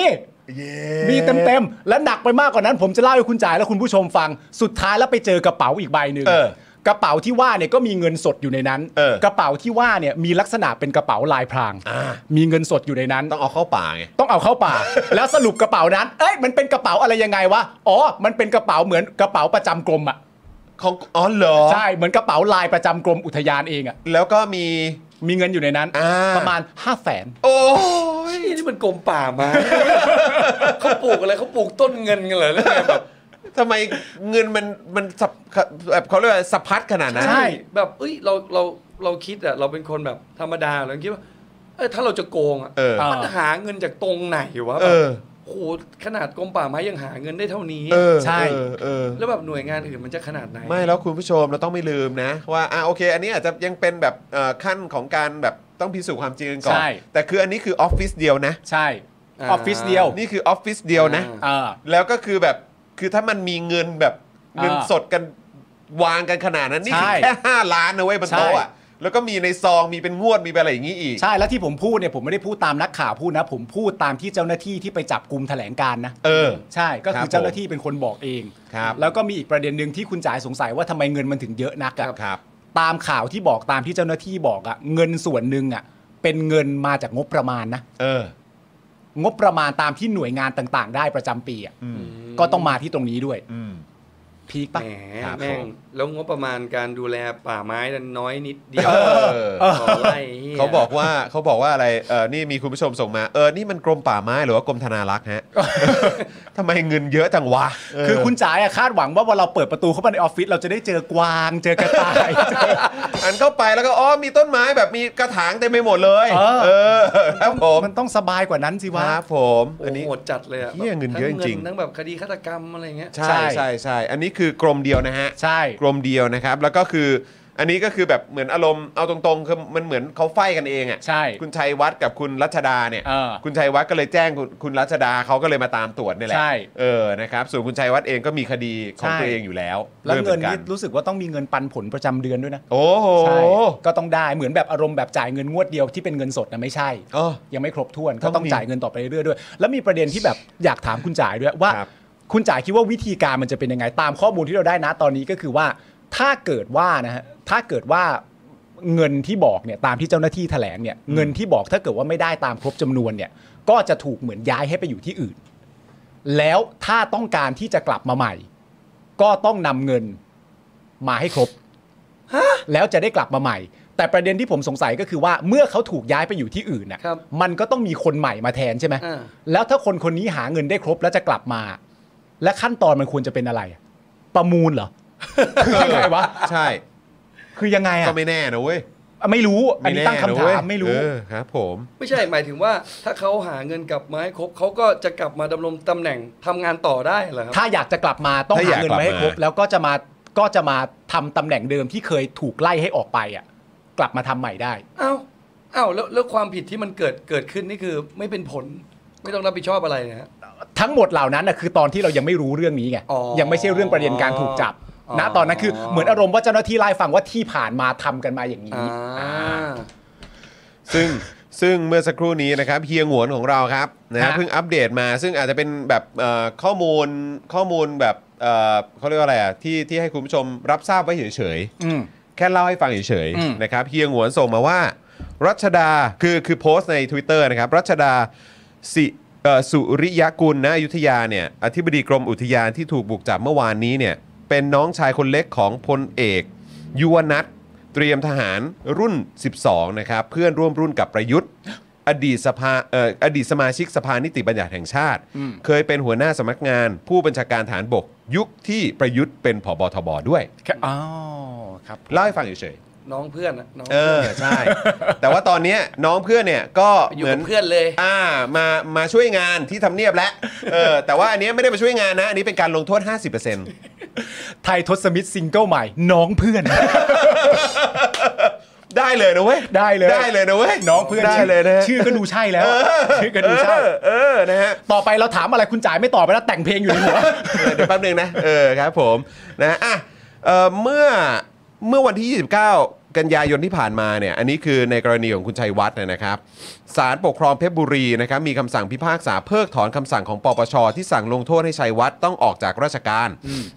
S2: มีเต็มเต็มๆและหนักไปมากกว่านั้น ผมจะเล่าให้คุณจ่ายและคุณผู้ชมฟังสุดท้ายแล้วไปเจอกระเป๋าอีกใบหนึ่ง
S1: เออก
S2: ระเป๋าที่ว่าเนี่ยก็มีเงินสดอยู่ในนั้น
S1: เออ
S2: กระเป๋าที่ว่าเนี่ยมีลักษณะเป็นกระเป๋าลายพราง มีเงินสดอยู่ในนั้น
S1: ต้องเอาเข้าป่าไง
S2: ต้องเอาเข้าป่า แล้วสรุปก ระเป๋านั้น เอ้ยมันเป็นกระเป๋าอะไรยังไงวะ อ๋อ มันเป็นกระเป๋าเหมือนกระเป๋าประจำกรมอ่ะ
S1: ของอ๋อเหรอ
S2: ใช่ เหมือนกระเป๋าลายประจำกรมอุทยานเองอ่ะ
S1: แล้วก็มี
S2: มีเงินอยู่ในนั้น
S1: อ่า
S2: ประมาณ5้าแสน
S1: โอ้ย
S3: นี่นี่มันกรมป่าไมา เขาปลูกอะไรเขาปลูกต้นเงินกันเหรอแล้วไงแบบ
S1: ทำไมเงินมันมันสับแบบเขาเรียกว่าสะพัดขนาดนั้น
S2: ใช่
S3: แบบเอ้ยเราเราเราคิดอะเราเป็นคนแบบธรรมดาเราคิดว่าเอ้ยถ้าเราจะโกงอะ
S1: เออ
S3: มันหาเงินจากตรงไหนวะ
S1: เอ
S3: แบบ
S1: อ
S3: โหขนาดกรมป่าไม้ยังหาเงินได้เท่านี้
S1: เออ
S2: ใช่
S1: เออเออ
S3: แล้วแบบหน่วยงานอื่นมันจะขนาดไหน
S1: ไม่แล้วคุณผู้ชมเราต้องไม่ลืมนะ ว่าอ่าโอเค อันนี้อาจจะยังเป็นแบบเอ่อขั้นของการแบบต้องพิสูจน์ความจริงกันก่อน
S2: ใช่
S1: แต่คืออันนี้คือออฟฟิศเดียวนะ
S2: ใช่อ
S3: อ่า
S2: อฟฟิศเดียว
S1: นี่คือออฟฟิศเดียวนะ
S3: อ่า
S2: เออ
S1: แล้วก็คือแบบคือถ้ามันมีเงินแบบเงินสดกันวางกันขนาดนั้น นี่
S2: ใช่
S1: คือแค่5ล้านนะเว้ยบนโต๊ะอะ
S2: ใช่
S1: แล้วก็มีในซองมีเป็นงวดมีเป็นอะไรอย่างนี้อีก
S2: ใช่แล้วที่ผมพูดเนี่ยผมไม่ได้พูดตามนักข่าวพูดนะ ผมพูดตามที่เจ้าหน้าที่ที่ไปจับกลุ่มแถลงการณ์นะ
S1: เออ
S2: ใช่ก็
S1: ครั
S2: คื
S1: บ
S2: อเจ้าหน้าที่เป็นคนบอกเอง
S1: ครับ
S2: แล้วก็มีอีกประเด็นหนึ่งที่คุณจ่ายสงสัยว่าทำไมเงินมันถึงเยอะนักอะ
S1: ครับ
S2: ตามข่าวที่บอกตามที่เจ้าหน้าที่บอกอะเงินส่วนหนึ่งอะเป็นเงินมาจากงบประมาณนะ
S1: เออ
S2: งบประมาณตามที่หน่วยงานต่างๆ ได้ประจำปีอะ
S1: อืม
S2: ก็ต้องมาที่ตรงนี้ด้วย
S1: อืม
S2: พีค
S3: แหม
S2: ปะ
S3: แม่งแล้วงบประมาณการดูแลป่าไม้นั้นน้อยนิดเดียว
S1: อ
S3: ต่อไร่หี้ย
S1: เขาบอกว่าเขาบอกว่าอะไรเออนี่มีคุณผู้ชมส่งมาเออนี่มันกรมป่าไม้หรือว่ากรมธนารักษ์ฮะ ทำไมเงินเยอะจังวะเ
S2: คือคุณจ๋าอะคาดหวังว่าเวลาเราเปิดประตูเข้ามาในออฟฟิศเราจะได้เจอกวางเจอกระต่าย เจอ
S1: อันเข้าไปแล้วก็อ๋อมีต้นไม้แบบมีกระถางเต็มไปหมดเลย
S2: เออ
S1: อ ครับผม
S2: มันต้องสบายกว่านั้น
S1: คว
S2: สิะ
S1: รับผม
S3: โอั
S1: อั
S3: น
S1: น
S3: นี้
S1: นี้
S3: โหดจัดเลยอะ
S1: เหี้ย
S3: แบบ
S1: เงินเยอะ
S3: ทั้
S1: จริง
S3: ทั้งแบบคดีฆาตกรรมอะไรเงี้ย
S1: ใช่ใช่ใช่อันนี้คือกรมเดียวนะฮะ
S2: ใช่
S1: กรมเดียวนะครับ แล้วก็คืออันนี้ก็คือแบบเหมือนอารมณ์เอาตรงๆคือมันเหมือนเขาไฟกันเองอ่ะ
S2: ใช่
S1: คุณชัยวัฒน์กับคุณรัชดาเนี่ย
S2: เออ
S1: คุณชัยวัฒน์ก็เลยแจ้งคุณคุณรัชดาเขาก็เลยมาตามตรวจนี่แหละ
S2: ใช่
S1: เออนะครับส่วนคุณชัยวัฒน์เองก็มีคดีของ
S2: ใช่
S1: ตัวเองอยู่แล้ว
S2: แล้ว
S1: ด้วยห
S2: เงิ
S1: มื
S2: น
S1: อ
S2: นี่รู้สึกว่าต้องมีเงินปันผลประจำเดือนด้วยนะ
S1: โอ้โห
S2: ใช่ ก็ต้องได้เหมือนแบบอารมณ์แบบจ่ายเงินงวดเดียวที่เป็นเงินสดนะไม่ใช่
S1: เออ
S2: ยังไม่ครบถ้วนก็
S1: ต้
S2: ต้
S1: อ
S2: อง ง
S1: มี
S2: จ่ายเงินต่อไปเรื่อยๆด้วย แล้วมีประเด็นที่แบบอยากถามคุณจ่ายด้วยว่า
S1: ครับ
S2: คุณจ่ายคิดว่าวิธีการมันจะเป็นยังไงตามข้อมูลที่เราได้นะตอนนี้ก็คือว่า ถ้าเกิดว่านะฮะถ้าเกิดว่าเงินที่บอกเนี่ยตามที่เจ้าหน้าที่แถลงเนี่ยเงินที่บอกถ้าเกิดว่าไม่ได้ตามครบจำนวนเนี่ยก็จะถูกเหมือนย้ายให้ไปอยู่ที่อื่น แล้วถ้าต้องการที่จะกลับมาใหม่ ก็ต้องนำเงินมาให้ครบ แล้วจะได้กลับมาใหม่ แต่ประเด็นที่ผมสงสัยก็คือว่าเมื่อเขาถูกย้ายไปอยู่ที่อื่นน่ะ
S3: ครับ
S2: มันก็ต้องมีคนใหม่มาแทนใช่ไหม
S3: อ่า
S2: แล้วถ้าคนคนนี้หาเงินได้ครบแล้วจะกลับมา และขั้นตอนมันควรจะเป็นอะไร ประมูลเหรอ คือยังไงวะ
S1: ใช่
S2: คือยังไง
S1: ก็
S2: อ่ะ
S1: ไม่แน่นะเว้ย
S2: ไม่รู้อันนี้
S1: ไแ
S2: ตั้งคำ
S1: ะเว้ย
S2: ถามไม่รู้
S1: เออครับ ผม
S3: ไม่ใช่หมายถึงว่าถ้าเขาหาเงินกลับมาให้ครบเขาก็จะกลับมาดำรงตำแหน่งทำงานต่อได้เหรอครับ
S2: ถ้าอยากจะกลับมาต้องหาเงินมาให้ครบ แล้วก็จะมาก็จะมาทำตำแหน่งเดิมที่เคยถูกไล่ให้ออกไปอ่ะ กลับมาทำใหม่ได้
S3: เอ้าเอ้าแล้วแล้วความผิดที่มันเกิดเกิดขึ้นนี่คือไม่เป็นผล ไม่ต้องรับผิดชอบอะไรนะฮะ
S2: ทั้งหมดเหล่านั้นนะคือตอนที่เรายังไม่รู้เรื่องนี้ไง
S3: อ๋อ
S2: ยังไม่ใช่เรื่องประเด็นการถูกจับ
S3: อ๋อ
S2: นะตอนนั้นคือเหมือนอารมณ์ว่าเจ้าหน้าที่ไล่ฟังว่าที่ผ่านมาทำกันมาอย่างนี้
S3: อ่า
S2: อ่า
S1: ซึ่งซึ่งเมื่อสักครู่นี้นะครับเฮียหงวนของเราครับนะฮะ
S2: ฮะ
S1: เพิ่งอัปเดตมา ซึ่งอาจจะเป็นแบบเอ่อข้อมูลข้อมูลแบบเอ่อเขาเรียกว่าอะไรอ่ะที่ที่ให้คุณผู้ชมรับทราบไว้เฉยๆ
S2: อืม
S1: แค่เล่าให้ฟังเฉย
S2: อืม
S1: ๆนะครับเฮียงหวนส่งมาว่า รัชดาคือคือโพสต์ใน Twitter นะครับ รัชดาสิเอ่อสุริยกุลนะอยุธยาเนี่ยอธิบดีกรมอุทยานที่ถูกบุกจับเมื่อวานนี้เนี่ยเป็นน้องชายคนเล็กของพลเอก ยุวนัทเตรียมทหารรุ่น 12 นะครับ เพื่อนร่วมรุ่นกับประยุทธ์ อดีตสภาเอ่ออดีตสมาชิกสภานิติบัญญัติแห่งชาติ เคยเป็นหัวหน้าสำนักงาน ผู้บัญชาการฐานบก ยุคที่ประยุทธ์เป็นผบทบด้วย
S2: แค่อ๋อครับ
S1: เล่าให้ฟังเฉยๆ
S3: น้องเพื่อนนะน้อง
S1: เออ ใช่ แต่ว่าตอนเนี้ยน้องเพื่อนเนี่ยก็
S3: อ
S1: เห
S3: ยู่
S1: มือ
S3: กัน บเพื่อนเลย
S1: อ่ามามาช่วยงานที่ทำเนียบแล้วเออแต่ว่าอันเนี้ยไม่ได้มาช่วยงานนะ อันนี้เป็นการลงโทษ 50%
S2: ไทยทศมิตรซิงเกิลใหม่ น้องเพื่อน
S1: ได้เลยนะเว้ย
S2: ได้เลย
S1: ได้เลยนะเว้ย
S2: น้องเพื่อน
S1: ได้
S2: ชื่
S1: เลยนะฮะ
S2: ชื่อก็ดูใช่แล้ว ชื่อก็
S1: เอ
S2: ดูใช่
S1: อเออนะฮะ
S2: ต่อไปเราถามอะไรคุณจ่ายไม่ตอบไปแล้วแต่งเพลงอยู่ในหัว
S1: เออเดี๋ยวแป๊บหนึงนะเออครับผมนะอ่ะเอ่อเมื่อเมื่อวันที่ 29 กันยายนที่ผ่านมาเนี่ยอันนี้คือในกรณีของคุณชัยวัฒน์เนี่ยนะครับศาลปกครองเพชรบุรีนะครับมีคำสั่งพิพากษาเพิกถอนคำสั่งของปปช ที่สั่งลงโทษให้ชัยวัฒน์ต้องออกจากราชการ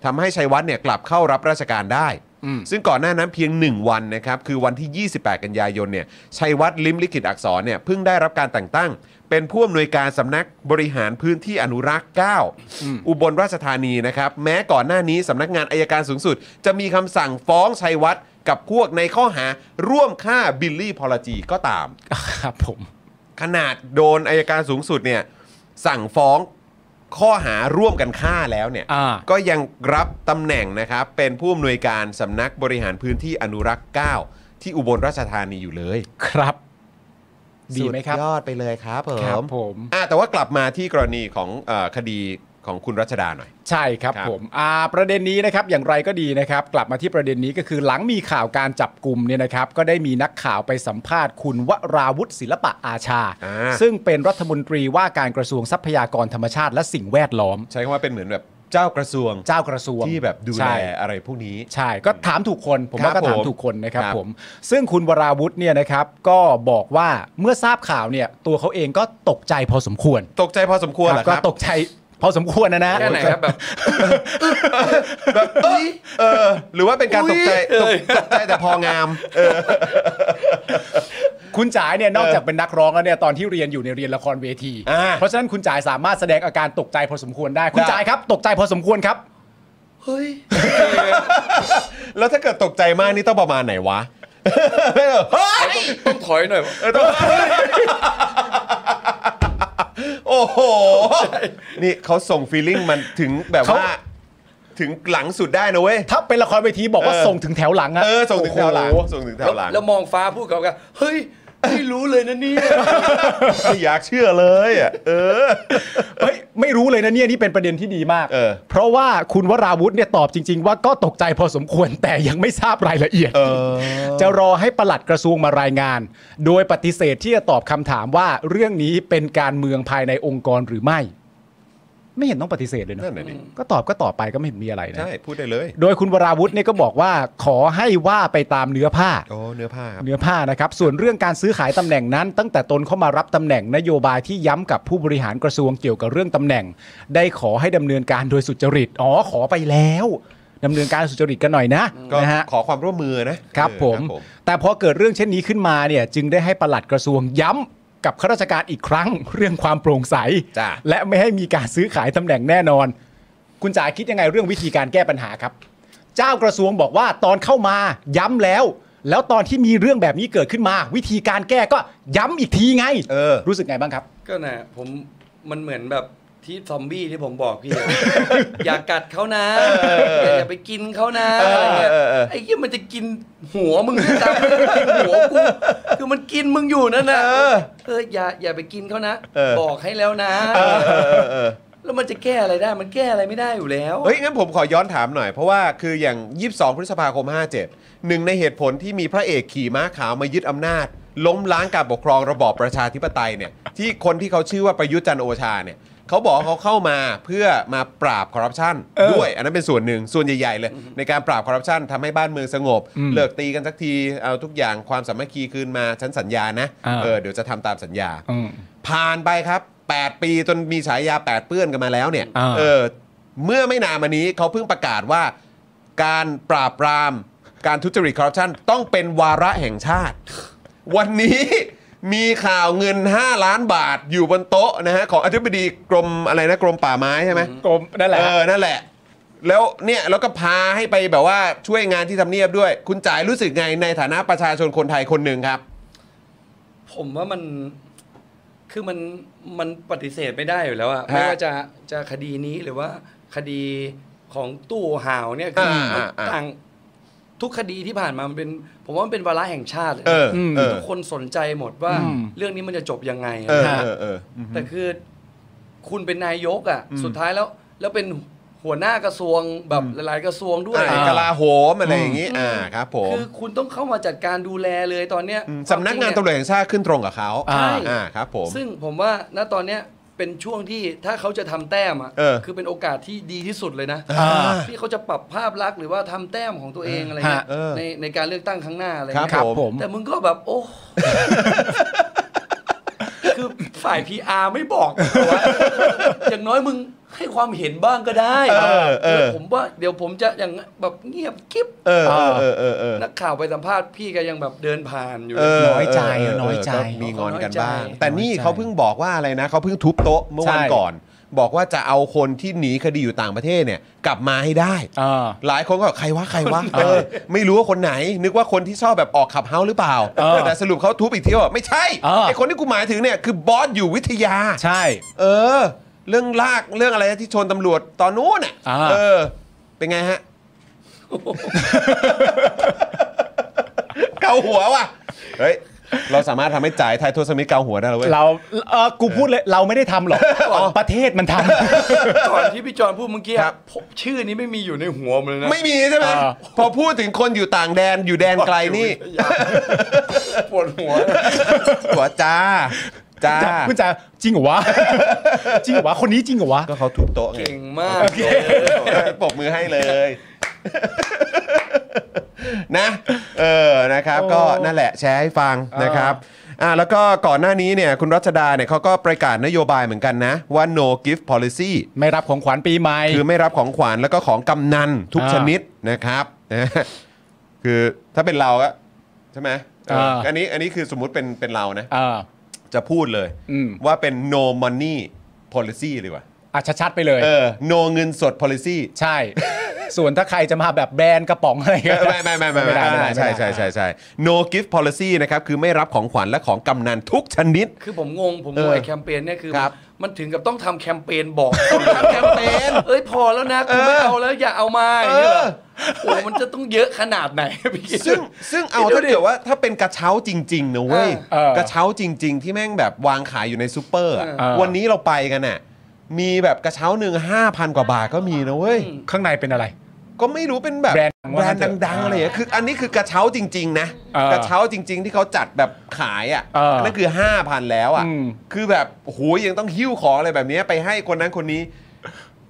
S1: ทำให้ชัยวัฒน์เนี่ยกลับเข้ารับราชการได้
S2: อืม
S1: ซึ่งก่อนหน้านั้นเพียง 1 วันนะครับ คือวันที่ 28 กันยายนเนี่ยชัยวัฒน์ลิมลิขิตอักษรเนี่ยเพิ่งได้รับการแต่งตั้ง เป็นผู้อำนวยการสำนักบริหารพื้นที่อนุรักษ์ 9 อุบลราชธานีนะครับ แม้ก่อนหน้านี้สำนักงานอายการสูงสุด จะมีคำสั่งฟ้องชัยวัฒน์กับพวกในข้อหาร่วมฆ่าบิลลี่พอลจีก็ตาม
S2: ครับผม
S1: ขนาดโดนอายการสูงสุดเนี่ยสั่งฟ้อง ข้อหาร่วมกันฆ่าแล้วเนี่ย
S2: อ่า
S1: ก็ยังรับตำแหน่งนะครับ เป็นผู้อำนวยการสำนักบริหารพื้นที่อนุรักษ์ 9 ที่อุบลราชธานีอยู่เลย
S2: ครับ ดีไหมครับ
S1: สุยอดไปเลยครับผม
S2: ครับผม
S1: อ่ะแต่ว่ากลับมาที่กรณีของเออคดีของคุณรัชดาหน่อย
S2: ใช่ครับ
S1: ครับ
S2: ผมอ่าประเด็นนี้นะครับอย่างไรก็ดีนะครับ กลับมาที่ประเด็นนี้ก็คือหลังมีข่าวการจับกลุ่มเนี่ยนะครับ ก็ได้มีนักข่าวไปสัมภาษณ์คุณวราวุฒิศิลปะอาชา
S1: อ่า
S2: ซึ่งเป็นรัฐมนตรีว่าการกระทรวงทรัพยากรธรรมชาติและสิ่งแวดล้อม
S1: ใช้คำว่าเป็นเหมือนแบบเจ้ากระทรวง
S2: เจ้ากระทรวง
S1: ที่แบบดูแล
S2: ใช่
S1: อะไรพวกนี้
S2: ใช่ก็ถามถูกคนผมว่า
S1: ครั
S2: ก็
S1: บผม
S2: ถามถูกคนนะครับ
S1: ครับ
S2: ผม ซึ่งคุณวราวุฒิเนี่ยนะครับ ก็บอกว่าเมื่อทราบข่าวเนี่ย ตัวเขาเองก็ตกใจพอสมควร
S1: ตกใจพอสมควรเหรอค
S2: ก็
S1: รับ
S2: ตกใจพอสมควรนะนะ
S3: แค่ไหนครับแบบ
S1: แบบเอ้ยเออ หรือว่าเป็นการตกใจ
S3: อุ๊ย
S1: ตกตกใจแต่พองาม เออ
S2: คุณจ๋าเนี่ยนอกจากเป็นนักร้องแล้วเนี่ยตอนที่เรียนอยู่ในยเรียนละครเวที
S1: อ่า
S2: เพราะฉะนั้นคุณจ๋าสามารถแสดงอาการตกใจพอสมควรได้ คุณ
S1: ได้
S2: จ๋าครับ ตกใจพอสมควรครับ
S3: เฮ้ย
S1: แล้วถ้าเกิดตกใจมากนี่ต้องประมาณไหนวะ เฮ้ย
S3: ต้องถอยหน่อย
S1: โอ้โห นี่เขาส่งฟีลลิ่งมันถึงแบบว่า
S2: เขา
S1: ถึงหลังสุดได้นะเว้ย
S2: ถ้าเป็นละครเวทีบอกว่า
S1: เออ
S2: ส่งถึงแถวหลังอะ
S1: เออ ส่งถึงแถวหลัง
S2: โอ้โ
S1: ส่งถึงแถวหลัง
S3: แล้วมองฟ้าพูดกับกันเฮ้ย ไม่รู้เลยนะเนี่ย
S1: ไม่อยากเชื่อเลยอ่ะ เออ
S2: เฮ้ยไม่รู้เลยนะเนี่ยนี่เป็นประเด็นที่ดีมาก
S1: เออ
S2: ราะว่าคุณวราวุธเนี่ยตอบจริง ๆ ว่าก็ตกใจพอสมควร แต่ยังไม่ทราบรายละเอียด
S1: เออ
S2: จะรอให้ปลัดกระทรวงมารายงาน โดยปฏิเสธที่จะตอบคำถามว่าเรื่องนี้เป็นการเมืองภายในองค์กรหรือไม่ ไม่เห็นต้องปฏิเสธเลยเน
S1: นั่น
S2: อะ
S1: แหละดิ
S2: ก็ตอบก็ตอบไปก็ไม่เห็นมีอะไรนะ
S1: ใช่ พูดได้เลย
S2: โดยคุณวราวุธเนี่ยก็บอกว่าขอให้ว่าไปตามเนื้อผ้า
S1: โอ้ เนื้อผ้าครับ
S2: เนื้อผ้านะครับ ส่วนเรื่องการซื้อขายตำแหน่งนั้น ตั้งแต่ตนเข้ามารับตำแหน่งนโยบายที่ย้ำกับผู้บริหารกระทรวงเกี่ยวกับเรื่องตำแหน่ง ได้ขอให้ดำเนินการโดยสุจริต อ๋อ ขอไปแล้วดำเนินการสุจริตกันหน่อยนะ
S1: ก็
S2: นะฮะ
S1: ขอความร่วมมือนะครับ เออ
S2: ผม แต่พอเกิดเรื่องเช่นนี้ขึ้นมาเนี่ยจึงได้ให้ปลัดกระทรวงย้ำกับข้าราชการอีกครั้ง เรื่องความโปร่งใส
S1: จ้ะ
S2: และไม่ให้มีการซื้อขายตำแหน่งแน่นอน คุณจ๋าคิดยังไงเรื่องวิธีการแก้ปัญหาครับ เจ้ากระทรวงบอกว่าตอนเข้ามาย้ำแล้ว แล้วตอนที่มีเรื่องแบบนี้เกิดขึ้นมา วิธีการแก้ก็ย้ำอีกทีไง
S1: เออ
S2: รู้สึกไงบ้างครับ
S3: ก็น่ะผมมันเหมือนแบบที่ซอมบี้ที่ผมบอกพี่ อะ อย่ากัดเขานะอย่าอย่าไปกินเขานะอะไรเงี้ย
S1: เออเออเออ
S3: ไอ้เหี้ยมันจะกินหัวมึง ด้วยซ้ำมันจะกินหัวกูคือมันกินมึงอยู่นั่นนะเอออย่าอย่าไปกินเขานะบอกให้แล้วนะ
S1: เออเออเออ
S3: แล้วมันจะแก้อะไรได้ มันแก้อะไรไม่ได้อยู่แล้ว
S1: เฮ้ยงั้นผมขอย้อนถามหน่อย เพราะว่าคืออย่าง 22 พฤษภาคม 57 หนึ่งในเหตุผลที่มีพระเอกขี่ม้าขาวมายึดอำนาจ ล้มล้างการปกครองระบอบประชาธิปไตยเนี่ยที่คนที่เขาชื่อว่าประยุทธ์จันทร์โอชาเนี่ยเขาบอกว่าเขาเข้ามาเพื่อมาปราบคอร์รัปชันด้วย อันนั้นเป็นส่วนหนึ่งส่วนใหญ่ๆเลย ในการปราบคอร์รัปชันทำให้บ้านเมืองสงบ
S2: อืม
S1: เลิกตีกันสักทีเอาทุกอย่างความสามัคคีคืนมาฉันสัญญานะ
S2: อ่า
S1: เออเดี๋ยวจะทำตามสัญญา
S2: อืม
S1: ผ่านไปครับ 8 ปีจนมีฉายา 8 เปื้อนกันมาแล้วเนี่ย
S2: อ่า
S1: เออเมื่อไม่นานมานี้เขาเพิ่งประกาศว่า การปราบปราม การทุจริตคอร์รัปชันต้องเป็นวาระแห่งชาติ วันนี้ มีข่าวเงิน 5 ล้านบาทอยู่บนโต๊ะนะฮะของอธิบดีกรมอะไรนะกรมป่าไม้ใช่ไหม
S2: กรมนั่นแหละ
S1: เออ นั่นแหละ แล้วเนี่ยแล้วก็พาให้ไปแบบว่าช่วยงานที่ทำเนียบด้วย คุณจ่ายรู้สึกไงในฐานะประชาชนคนไทยคนหนึ่งครับ
S3: ผมว่ามันคือมันมันปฏิเสธไม่ได้อยู่แล้วอะไม่ว่าจะจะคดีนี้หรือว่าคดีของตู้ห่าวเนี่ยคืออา มัน
S1: อ่า
S3: ต่างทุกคดีที่ผ่านมามันเป็น ผมว่ามันเป็นวาระแห่งชาติเลย
S1: เออ
S2: ม
S1: เออ
S3: ทุกคนสนใจหมดว่า
S2: อืม
S3: เรื่องนี้มันจะจบยังไงอะ
S1: เออ
S3: นะ
S1: เออเออ
S3: แต่คือคุณเป็นนายกอะสุดท้ายแล้ว แล้วเป็นหัวหน้ากระทรวงแบบหลาย ๆ กระทรวงด้วย
S1: อ่า
S2: อ่าก
S1: ลาโหมอะไรอย่างนี้
S3: อืม
S1: อ่าครับผม
S3: คือคุณต้องเข้ามาจัดการดูแลเลยตอนเนี้ย
S1: มสำนักงาน
S3: ควมจ
S1: ตำร
S3: ริเย
S1: วจแห่งชาติขึ้นตรงกับเขา
S2: ใช่
S1: อ่าครับผม
S3: ซึ่งผมว่าณตอนเนี้ยเป็นช่วงที่ถ้าเขาจะทำแต้มอ่ะ
S1: เออ
S3: คือเป็นโอกาสที่ดีที่สุดเลยนะ
S2: อ่า
S3: ที่เขาจะปรับภาพลักษณ์หรือว่าทำแต้มของตัวเองอะไรเงี้
S1: ฮะ
S3: ย
S1: เออ
S3: ในในการเลือกตั้งครั้งหน้าอะไร
S1: ครับ
S3: เงี้ย
S2: ครับ
S1: ผ
S2: ผม ม
S3: แต่มึงก็แบบ โอ้ คือฝ่าย PR ไม่บอก ว่าอย่างน้อยมึงให้ความเห็นบ้างก็ได้
S1: เออเออ
S3: ดี๋ยวผมว่าเดี๋ยวผมจะอย่างแบบเงียบกิ๊บ
S1: เออเออเออเออเออ
S3: นักข่าวไปสัมภาษณ์พี่ก็ยังแบบเดินผ่านอยู่
S1: เอ
S3: เลย
S1: อ
S2: น้อยใจ
S1: เ
S2: น้อยใจ
S1: เก็มีงอนกันบ้าง
S3: น้อยใจ
S1: แต่นี่เขาเพิ่งบอกว่าอะไรนะ เขาเพิ่งทุบโต๊ะเมื่อวันก่อน บอกว่าจะเอาคนที่หนีคดีอยู่ต่างประเทศเนี่ย กลับมาให้ได้
S2: เออ
S1: หลายคนก็บอกใครวะใครวะ
S2: เอ
S1: เออ
S2: อ
S1: ไม่รู้ว่าคนไหน นึกว่าคนที่ชอบแบบออกขับเฮาส์หรือเปล่า
S2: เออ
S1: แต่สรุปเขาทุบอีกทีว่าไม่ใช่
S2: เออ
S1: ไอคนที่กูหมายถึงเนี่ยคือบอสอยู่วิทยา
S2: ใช่
S1: เออ เรื่องลากเรื่องอะไรที่ชนตำรวจตอนนู้นน่ะ
S2: อ่า
S1: เออ เป็นไงฮะ เกาหัวว่ะ เฮ้ย เราสามารถทำให้จ่ายไทยโทสมิธเกาหัวได้แล้วเว้ย
S2: เราเออกูพูดเลยเราไม่ได้ทำหรอกประเทศมันทำ
S3: ก่อนที่พี่จอนพูดเมื่อกี้
S1: ครับ
S3: ผมชื่อนี้ไม่มีอยู่ในหัวผมเลยนะ
S1: ไม่มีใช่ไหม
S2: อ่า
S1: พอพูดถึงคนอยู่ต่างแดนอยู่แดนไกลนี่
S3: ปวดหัว
S1: หัวจ้า จ้า
S2: คุณจ๋าจริงเหรอวะ จริงเหรอวะคนนี้จริงเหรอวะ
S1: ก็เขาทุบโต๊ะไง
S3: เก่งมากเลย
S1: ปรบมือให้เลย นะ เออนะครับ
S2: โอ้
S1: ก็นั่นแหละแชร์ให้ฟังนะครับอ่าแล้วก็ก่อนหน้านี้เนี่ย คุณรัชดาเนี่ยเขาก็ประกาศนโยบายเหมือนกันนะ ว่า no gift policy
S2: ไม่รับของขวัญปีใหม่
S1: คือไม่รับของขวัญแล้วก็ของกำนันทุก
S2: อ่า
S1: ชนิดนะครับ นะคือถ้าเป็นเราอะใช่ไหมเออ
S2: เอออั
S1: อันนี้อันนี้คือสมมุติเป็นเป็นเรานะ
S2: เออ
S1: จะพูดเลย
S2: อืม
S1: ว่าเป็น no money policy ดีกว่า
S2: อ่ะชัดๆไปเลย
S1: เออ no เงินสด policy
S2: ใช่ ส่วนถ้าใครจะมาแบบแบรนด์กระป๋องอะไรก็
S1: ไม่ไม่ไม่ไม่ไม่
S2: ด้ด้
S1: ไม่ใช่
S2: ไม่ได้
S1: ใช่ใช่ใช่ no gift policy นะครับ คือไม่รับของขวัญและของกำนันทุกช นิด
S3: คือผมงง ผม
S1: เอง อง
S3: ไอ้แคมเปญเนี่ยคือ
S1: ครับ
S3: มันถึงกับต้องทำแคมเปญบอกต้องทำแคมเปญเอ้ยพอแล้วนะกูไม่เอาแล้วอย่าเอามาอย่างเงี้ยเหรอ
S1: เออ
S3: โอ้มันจะต้องเยอะขนาดไหนพี่
S1: ซึ่งซึ่งเอาถ้าเกิดว่าถ้าเป็นกระเช้าจริง ๆ นะเว้ย
S2: เออก
S1: ระเช้าจริง ๆ ที่แม่งแบบวางขายอยู่ในซูเปอร์อะ
S2: เออ
S1: วันนี้เราไปกันน่ะมีแบบกระเช้าหนึ่ง5,000 กว่าบาทก็มีนะเว้ย
S2: ข้างในเป็นอะไร
S1: ก็ไม่รู้เป็นแบบ
S2: แบรนด์
S1: แบรนด์ดังๆอะไรอย่างเงี้ยคืออันนี้คือกระเช้าจริง ๆ นะ
S2: เออก
S1: ระเช้าจริง ๆ ที่เขาจัดแบบขายอ่ะ
S2: เอออั
S1: นนั่นคือ 5,000 แล้วอ่ะ
S2: อืม
S1: คือแบบโอ้โหยังต้องหิ้วของอะไรแบบเนี้ยไปให้คนนั้นคนนี้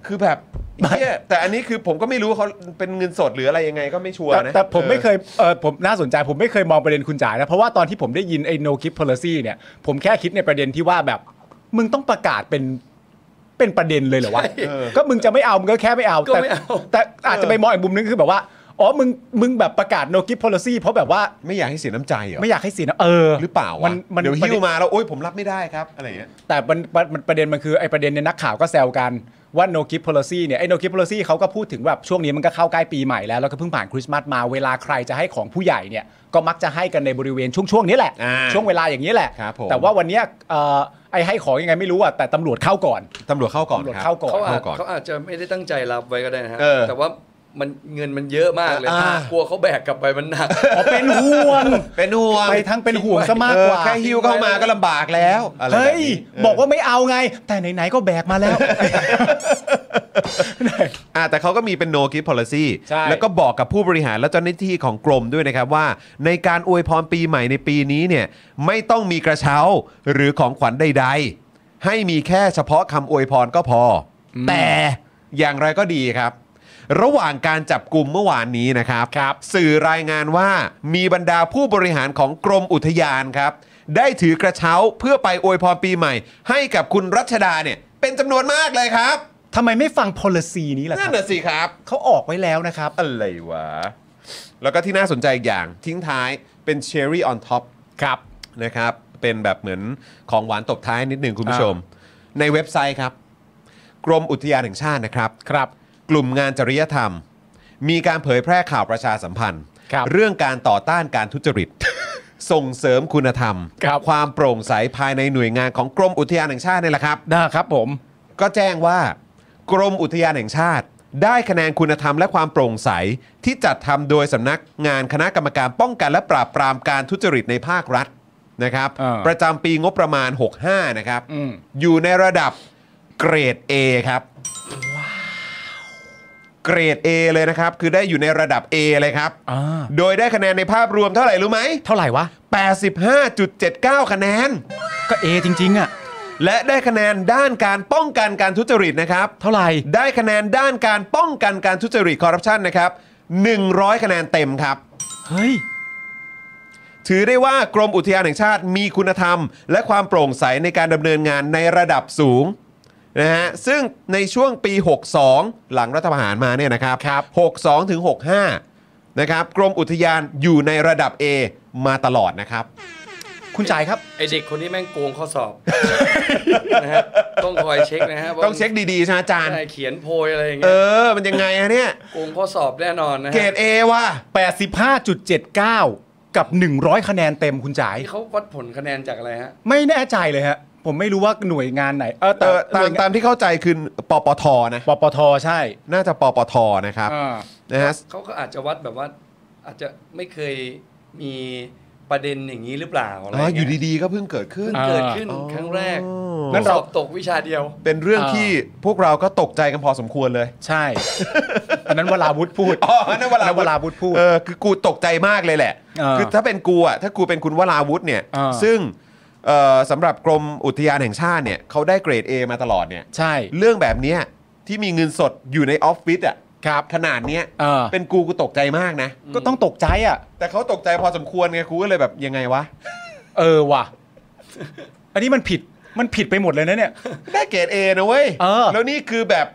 S1: คือแบบเหี้ยแต่อันนี้คือผมก็ไม่รู้เขาเป็นเงินสดหรืออะไรยังไงก็ไม่ชัวร์
S2: แต่
S1: นะ
S2: แต่ผมไม่เค
S1: ออ
S2: ยเออผมน่าสนใจผมไม่เคยมองประเด็นคุณจ๋านะ เพราะว่าตอนที่ผมได้ยินไอ้ no keep policy เนี่ย ผมแค่คิดในประเด็นที่ว่าแบบ มึงต้องประกาศเป็นเป็นประเด็นเลยเหรอวะ
S3: ใช่
S1: เออ
S2: ก็มึงจะไม่เอามึงก็แค่ไม่เอา
S3: ก็
S2: แต่
S3: ไม่เอา
S2: แต่อาจจะไปมองอีกมุมนึงคือแบบว่าอ๋อมึงมึงแบบประกาศ no keep policy เพราะแบบว่า
S1: ไม่อยากให้เสียน้ำใจเหรอ
S2: ไม่อยากให้เสียนะเออ
S1: หรือเปล่า
S2: มั
S1: วะ
S2: นมัน
S1: เดี๋ยว
S2: ประ
S1: หิ้
S2: เด็
S1: วน มาแล้ว โอ้ยผมรับไม่ได้ครับ อะไรอย่างเงี้ย
S2: แต่มันมันมันประเด็นมันคือไอ้ประเด็นเนี่ยนักข่าวก็แซวกันว่า no gift policy เนี่ยไอ้ no gift policy เขาก็พูดถึงแบบช่วงนี้มันก็เข้าใกล้ปีใหม่แล้ว แล้วก็เพิ่งผ่านคริสต์มาสมาเวลาใครจะให้ของผู้ใหญ่เนี่ยก็มักจะให้กันในบริเวณช่วงช่วงนี้แหละ
S1: อ่า
S2: ช่วงเวลาอย่างนี้แหละ
S1: ครับผม
S2: แต่ว่าวันเนี้ยเอ่อไอ้ให้ของยังไงไม่รู้อ่ะแต่ตำรวจเข้าก่อน
S1: ตำรวจเข้าก่อน
S2: ตำรวจ
S1: ครั
S2: เข้าก่
S3: เขาอา
S1: เข้าก่
S3: จ
S1: อน
S3: เขาอาจจะไม่ได้ตั้งใจรับไว้ก็ได้นะฮะ
S1: เออ
S3: แต่ว่ามันเงินมันเยอะมากเลย
S1: อ่า
S3: กลัวเขาแบกกลับไปมันหนัก
S2: อ๋อเป็นห่วง
S1: เป็นห่วง
S2: ไปทั้งเป็นห่วงซะมาก
S1: เออก
S2: ว่า
S1: แค่หิ้วเข้ามาก็ลำบากแล้วอะไรแบบ
S2: เฮ้ย
S1: นี้เ
S2: บอกว่าไม่เอาไง แต่ไหนๆก็แบกมา แล้ว
S1: อ่ะแต่เขาก็มีเป็น no gift policy
S2: ใช่
S1: แล้วก็บอกกับผู้บริหารและเจ้าหน้าที่ของกรมด้วยนะครับว่า ในการอวยพรปีใหม่ในปีนี้เนี่ยไม่ต้องมีกระเช้าหรือของขวัญใดๆ ให้มีแค่เฉพาะคำอวยพรก็พออแต่อย่างไรก็ดีครับ ระหว่างการจับกลุ่มเมื่อวานนี้นะครับ
S2: ครับ
S1: สื่อรายงานว่ามีบรรดาผู้บริหารของกรมอุทยานครับ ได้ถือกระเช้าเพื่อไปอวยพรปีใหม่ ให้กับคุณรัชดาเนี่ยเป็นจำนวนมากเลยครับ
S2: ทำไมไม่ฟัง policy นี้ล่ะค
S1: นั่
S2: รั
S1: น
S2: บ
S1: น่ะสิครับ
S2: เขาออกไว้แล้วนะครับ
S1: อะไรวะ แล้วก็ที่น่าสนใจอีกอย่างทิ้งท้ายเป็นเชอรี่ออนท็อป
S2: ครับ
S1: นะครับ เป็นแบบเหมือนของหวานตบท้ายนิดหนึ่งคุณผู้ชม ในเว็บไซต์ครับ กรมอุทยานแห่งชาตินะครับ
S2: ครับ
S1: กลุ่มงานจริยธรรม มีการเผยแพร่ข่าวประชาสัมพันธ์
S2: ครับ
S1: เรื่องการต่อต้านการทุจริต ส่งเสริมคุณธรรม ความโปร่งใสภายในหน่วยงานของกรมอุทยานแห่งชาตินี่แหละครับ
S2: นะครับผม
S1: ก็แจ้งว่า กรมอุทยานแห่งชาติ ได้คะแนนคุณธรรมและความโปร่งใส ที่จัดทำโดยสำนักงานคณะกรรมการป้องกันและปราบปรามการทุจริตในภาครัฐนะครับ
S2: อ่า
S1: ประจำปีงบประมาณ 65 นะครับ
S2: อืม
S1: อยู่ในระดับเกรด A ครับเกรด A เลยนะครับ คือได้อยู่ในระดับ A เลยครับ
S2: อ่า
S1: โดยได้คะแนนในภาพรวมเท่าไหร่รู้ไหม
S2: เท่าไหร่วะ
S1: 85.79 คะแนน
S2: ก็เอจริง ๆ อ่ะ
S1: และได้คะแนนด้านการป้องกันการทุจริตนะครับ
S2: เท่าไหร่
S1: ได้คะแนนด้านการป้องกันการทุจริตคอร์รัปชันนะครับ 100 คะแนนเต็มครับ
S2: เฮ้ย
S1: ถือได้ว่ากรมอุทยานแห่งชาติมีคุณธรรม และความโปร่งใสในการดำเนินงานในระดับสูงนะฮะซึ่งในช่วงปี 62 หลังรัฐประหารมาเนี่ยนะครับ
S2: ครับ
S1: 62ถึง65นะครับกรมอุทยานอยู่ในระดับ A มาตลอดนะครับ
S2: คุณจ่ายครับ
S3: ไอเด็กคนนี้แม่งโกงข้อสอบนะฮะต้องคอยเช็คนะฮะว่า
S1: ต้องเช็คดีๆใช่ไหมอาจารย์
S3: ใช่เขียนโพยอะไรอย่าง
S1: เอ
S3: เงี้
S1: อ
S3: ย
S1: มันยังไงอะเนี่ย
S3: โกงข้อสอบแน่นอนนะฮะ
S1: เกรด A ว่ะ
S2: 85.79 กับ 100 คะแนนเต็มคุณจ่าย
S3: นี่เขาวัดผลคะแนนจากอะไรฮะ
S2: ไม่แน่ใจเลยฮะ ผมไม่รู้ว่าหน่วยงานไหน เออแต่
S1: เอ่อตามตามที่เข้าใจคือปปทนะ
S2: ปปทใช่
S1: น่าจะปปทนะครับ
S2: อ่า
S1: นะฮะ
S3: เขาก็อาจจะวัดแบบว่า อาจจะไม่เคยมีประเด็นอย่างนี้หรือเปล่าอะไร
S1: อ๋อ
S3: เงี้
S1: อยู่ดีๆก็เพิ่งเกิดขึ้น
S3: เพิ่งเกิดขึ้น
S1: อ๋อ
S3: ครั้งแรก
S2: งั้น
S3: ส
S2: เรา
S3: อบตกวิชาเดียว
S1: เป็นเรื่อง
S2: อ่า
S1: ที่พวกเราก็ตกใจกันพอสมควรเลย
S2: ใช่ อันนั้นวราวุธพูด
S1: อ๋อนั่นวลา
S2: อัวราวุธพูด
S1: เออคือกูตกใจมากเลยแหละ
S2: อ่า
S1: คือถ้าเป็นกูอ่ะถ้ากูเป็นคุณวราวุธเนี่ย
S2: อ่า
S1: ซึ่งเอ่อสำหรับกรมอุทยานแห่งชาติเนี่ยเขาได้เกรด A มาตลอดเนี่ย
S2: ใช่
S1: เรื่องแบบเนี้ยที่มีเงินสดอยู่ในออฟฟิศอ่ะ
S2: ครับ
S1: ขนาดเนี้ย
S2: เออ
S1: เป็นกูกูตกใจมากนะ
S2: ก็ต้องตกใจอ่ะ
S1: แต่เขาตกใจพอสมควรไงกูก็เลยแบบยังไงวะ
S2: เออว่ะ อันนี้มันผิดมันผิดไปหมดเลยนะเนี่ย
S1: ได้เกรดเอนะเว้ย
S2: เออ
S1: แล้วนี่คือแบบ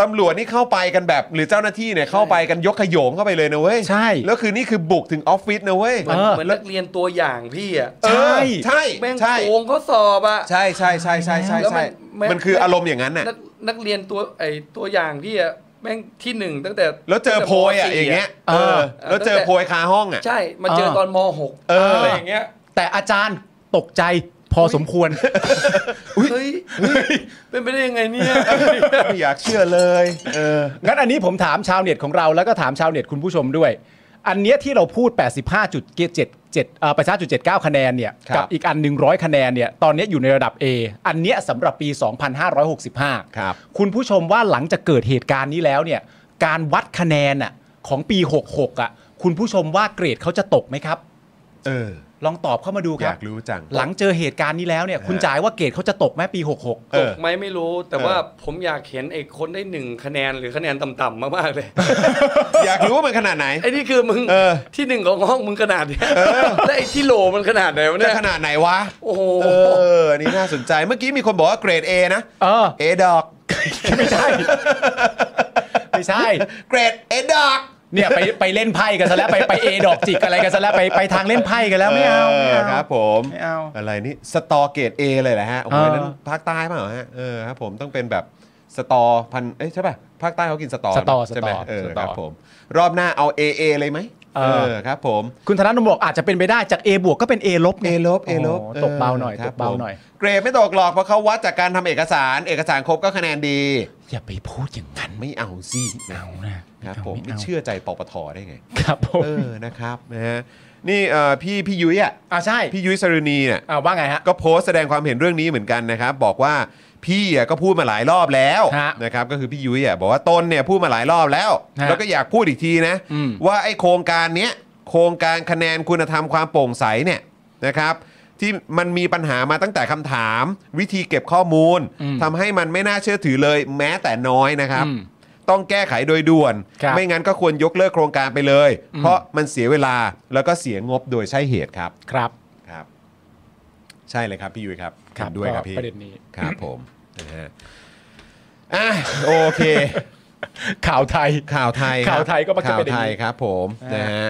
S1: ตำรวจนี่เข้าไปกันแบบ หรือเจ้าหน้าที่เนี่ยเข้าไปกันยกขโยงเข้าไปเลยนะเว้ย
S2: ใช่
S1: แล้วคือนี่คือบุกถึงออฟฟิศนะเว้ย
S3: เหมือน
S2: เออ
S3: เหมือนนักเรียนตัวอย่างพี่อ่ะ
S1: เออ
S2: ใช่
S1: ใช่
S3: แม่ง
S1: ใช่
S3: โกงเขาสอบอ่ะ
S1: ใช่ใช่ใช่ใช่ใช่
S3: แล้วมั
S1: ใช่
S3: นแม่ง
S1: มันคืออารมณ์อย่างนั้นน่ะ
S3: นักนักเรียนตัวไอตัวอย่างพี่อ่ะแม่งที่หนึ่งตั้งแต่
S1: แล้วเจอโพยอ่ะ
S3: ตั้แต่มสี่
S1: อย่างเงี้ย
S2: เอ
S1: เอ
S2: อ
S1: อแล้วเจอโพยคาห้องอ่ะ
S3: ใช่ มาเจอ
S2: เออ
S3: ตอนม .6
S1: เอออ
S3: อะไรอย่างเงี้ย
S2: แต่อาจารย์ตกใจพอสมควร
S3: เฮ้ย เป็นไปได้ยังไงเนี่ย
S1: ไม่อยากเชื่อเลยเออ
S2: งั้นอันนี้ผมถามชาวเน็ตของเราแล้วก็ถามชาวเน็ตคุณผู้ชมด้วย อันเนี้ยที่เราพูด 85.77เอ่อ85.79 คะแนนเนี่ย
S1: ครับ
S2: กัอีกอัน 100 คะแนนเนี่ย ตอนเนี้ยอยู่ในระดับ A อันเนี้ยสำหรับปี 2565
S1: ครับ
S2: คุณผู้ชมว่าหลังจากเกิดเหตุการณ์นี้แล้วเนี่ย การวัดคะแนนน่ะของปี 66อ่ะ คุณผู้ชมว่าเกรดเขาจะตกไหมครับ
S1: เออ
S2: ลองตอบเข้ามาดู
S1: อ
S2: ครั
S1: ยา
S2: บ
S1: กรู้จัง
S2: หลังเจอเหตุการณ์นี้แล้วเนี่ย คุณ
S1: ฮะ
S2: จ่ายว่าเกรดเขาจะตกไหมปี
S1: เ
S2: 66
S1: อ
S3: ต
S1: อ
S3: กไหมไม่รู้ แต่ว่าผมอยากเห็นไอ้คนได้หนึ่งคะแนนหรือคะแนนต่ำๆมากๆเลย
S1: อยากรู้ว่ามันขนาดไหน
S3: ไอ้นี่คือมึง
S1: เออ
S3: ที่หนึ่งของห้องมึงขนาดเนี้ยแล้วไอ้ที่โหลมันขนาดไหนวะ
S1: จะ
S3: เนี่ย
S1: ขนาดไหนวะ
S3: โอ้โห
S1: เอออันนี่น่าสนใจเมื่อกี้มีคนบอกว่าเกรด A นะ
S2: เออ
S1: A ดอก
S2: ไม่ใช่ ไม่ใช่
S1: เกรด A ดอก
S2: เนี่ยไปไปเล่นไพ่กันซะแล้วไปไปเอดอกจิกอะไรกันซะแล้วไปไปทางเล่นไพ่กันแล้วไม่เอาไม่เอา
S1: ครับผม
S2: ไม่เอา
S1: ไรนี่สตอเกตเอเลยนะฮะโอ้โห
S2: เออ
S1: นั้นภาคใต้เปล่าฮะเออครับผมต้องเป็นแบบสตอพันเอ้ยใช่ป่ะภาคใต้เขากินสตอ
S2: สตอส
S1: ใช่
S2: ต
S1: ไหม
S2: อ
S1: เออ
S2: ส
S1: ค
S2: ตอ
S1: รับผม รอบหน้าเอา AA เลยไหม
S2: เออ
S1: ครับผม
S2: คุณธนาโนมบอกอาจจะเป็นไปได้จาก A บวกก็เป็น A ลบไง
S1: A ลบ A ลบ
S2: โอ้ตกเบาหน่อย
S1: ครับ
S2: ตกเบาหน่อย
S1: ผมเกรดไม่ตกหรอกเพราะเขาวัดจากการทำเอกสาร เอกสารครบก็คะแนนดี
S2: อย่าไปพูดอย่างนั้น
S1: ไม่เอาสิ
S2: เอานะครับ
S1: ผม
S2: ไ
S1: ไม่เชื่อใจปปทได้ไง
S2: ครับผม
S1: เออนะครับนะฮะนี่เอ่อพี่พี่ยุ้ยอ่ะ
S2: อ่าใช่
S1: พี่ยุ้ยสรุณีเนี่ย
S2: อ่าว่าไงฮะ
S1: ก็โพสต์แสดงความเห็นเรื่องนี้เหมือนกันนะครับ บอกว่าพี่อ่ะก็พูดมาหลายรอบแล้ว
S2: ฮะ
S1: นะครับก็คือพี่ยุ้ยอ่ะบอกว่าตนเนี่ยพูดมาหลายรอบแล้ว
S2: ฮะ
S1: แล้วก็อยากพูดอีกทีนะ
S2: อืม
S1: ว่าไอ้โครงการเนี้ยโครงการคะแนนคุณธรรมความโปร่งใสเนี่ยนะครับ ที่มันมีปัญหามาตั้งแต่คำถาม วิธีเก็บข้อมูลทำให้มันไม่น่าเชื่อถือเลยแม้แต่น้อยนะครับ
S2: อืม
S1: ต้องแก้ไขโดยด่วน
S2: ครับ
S1: ไม่งั้นก็ควรยกเลิกโครงการไปเลย
S2: อืม
S1: เพราะมันเสียเวลาแล้วก็เสียงบโดยใช่เหตุครับ
S2: ครับ
S1: ครับ ใช่เลยครับพี่ยุ้ยครับ
S2: ครับ
S1: เห็นด้วยครับ
S2: ก็
S1: พี่
S2: ประเด็นนี้
S1: ครับ ผมนะฮะอ่ะโอเค
S2: ข่าวไทย
S1: ข่าวไทยครับ
S2: ข่าวไทยก็มักจะ
S1: ข่าว
S2: เป็นอย่า
S1: ไท
S2: งนี้
S1: ยครับ ผม
S2: อ่าน
S1: นะฮะ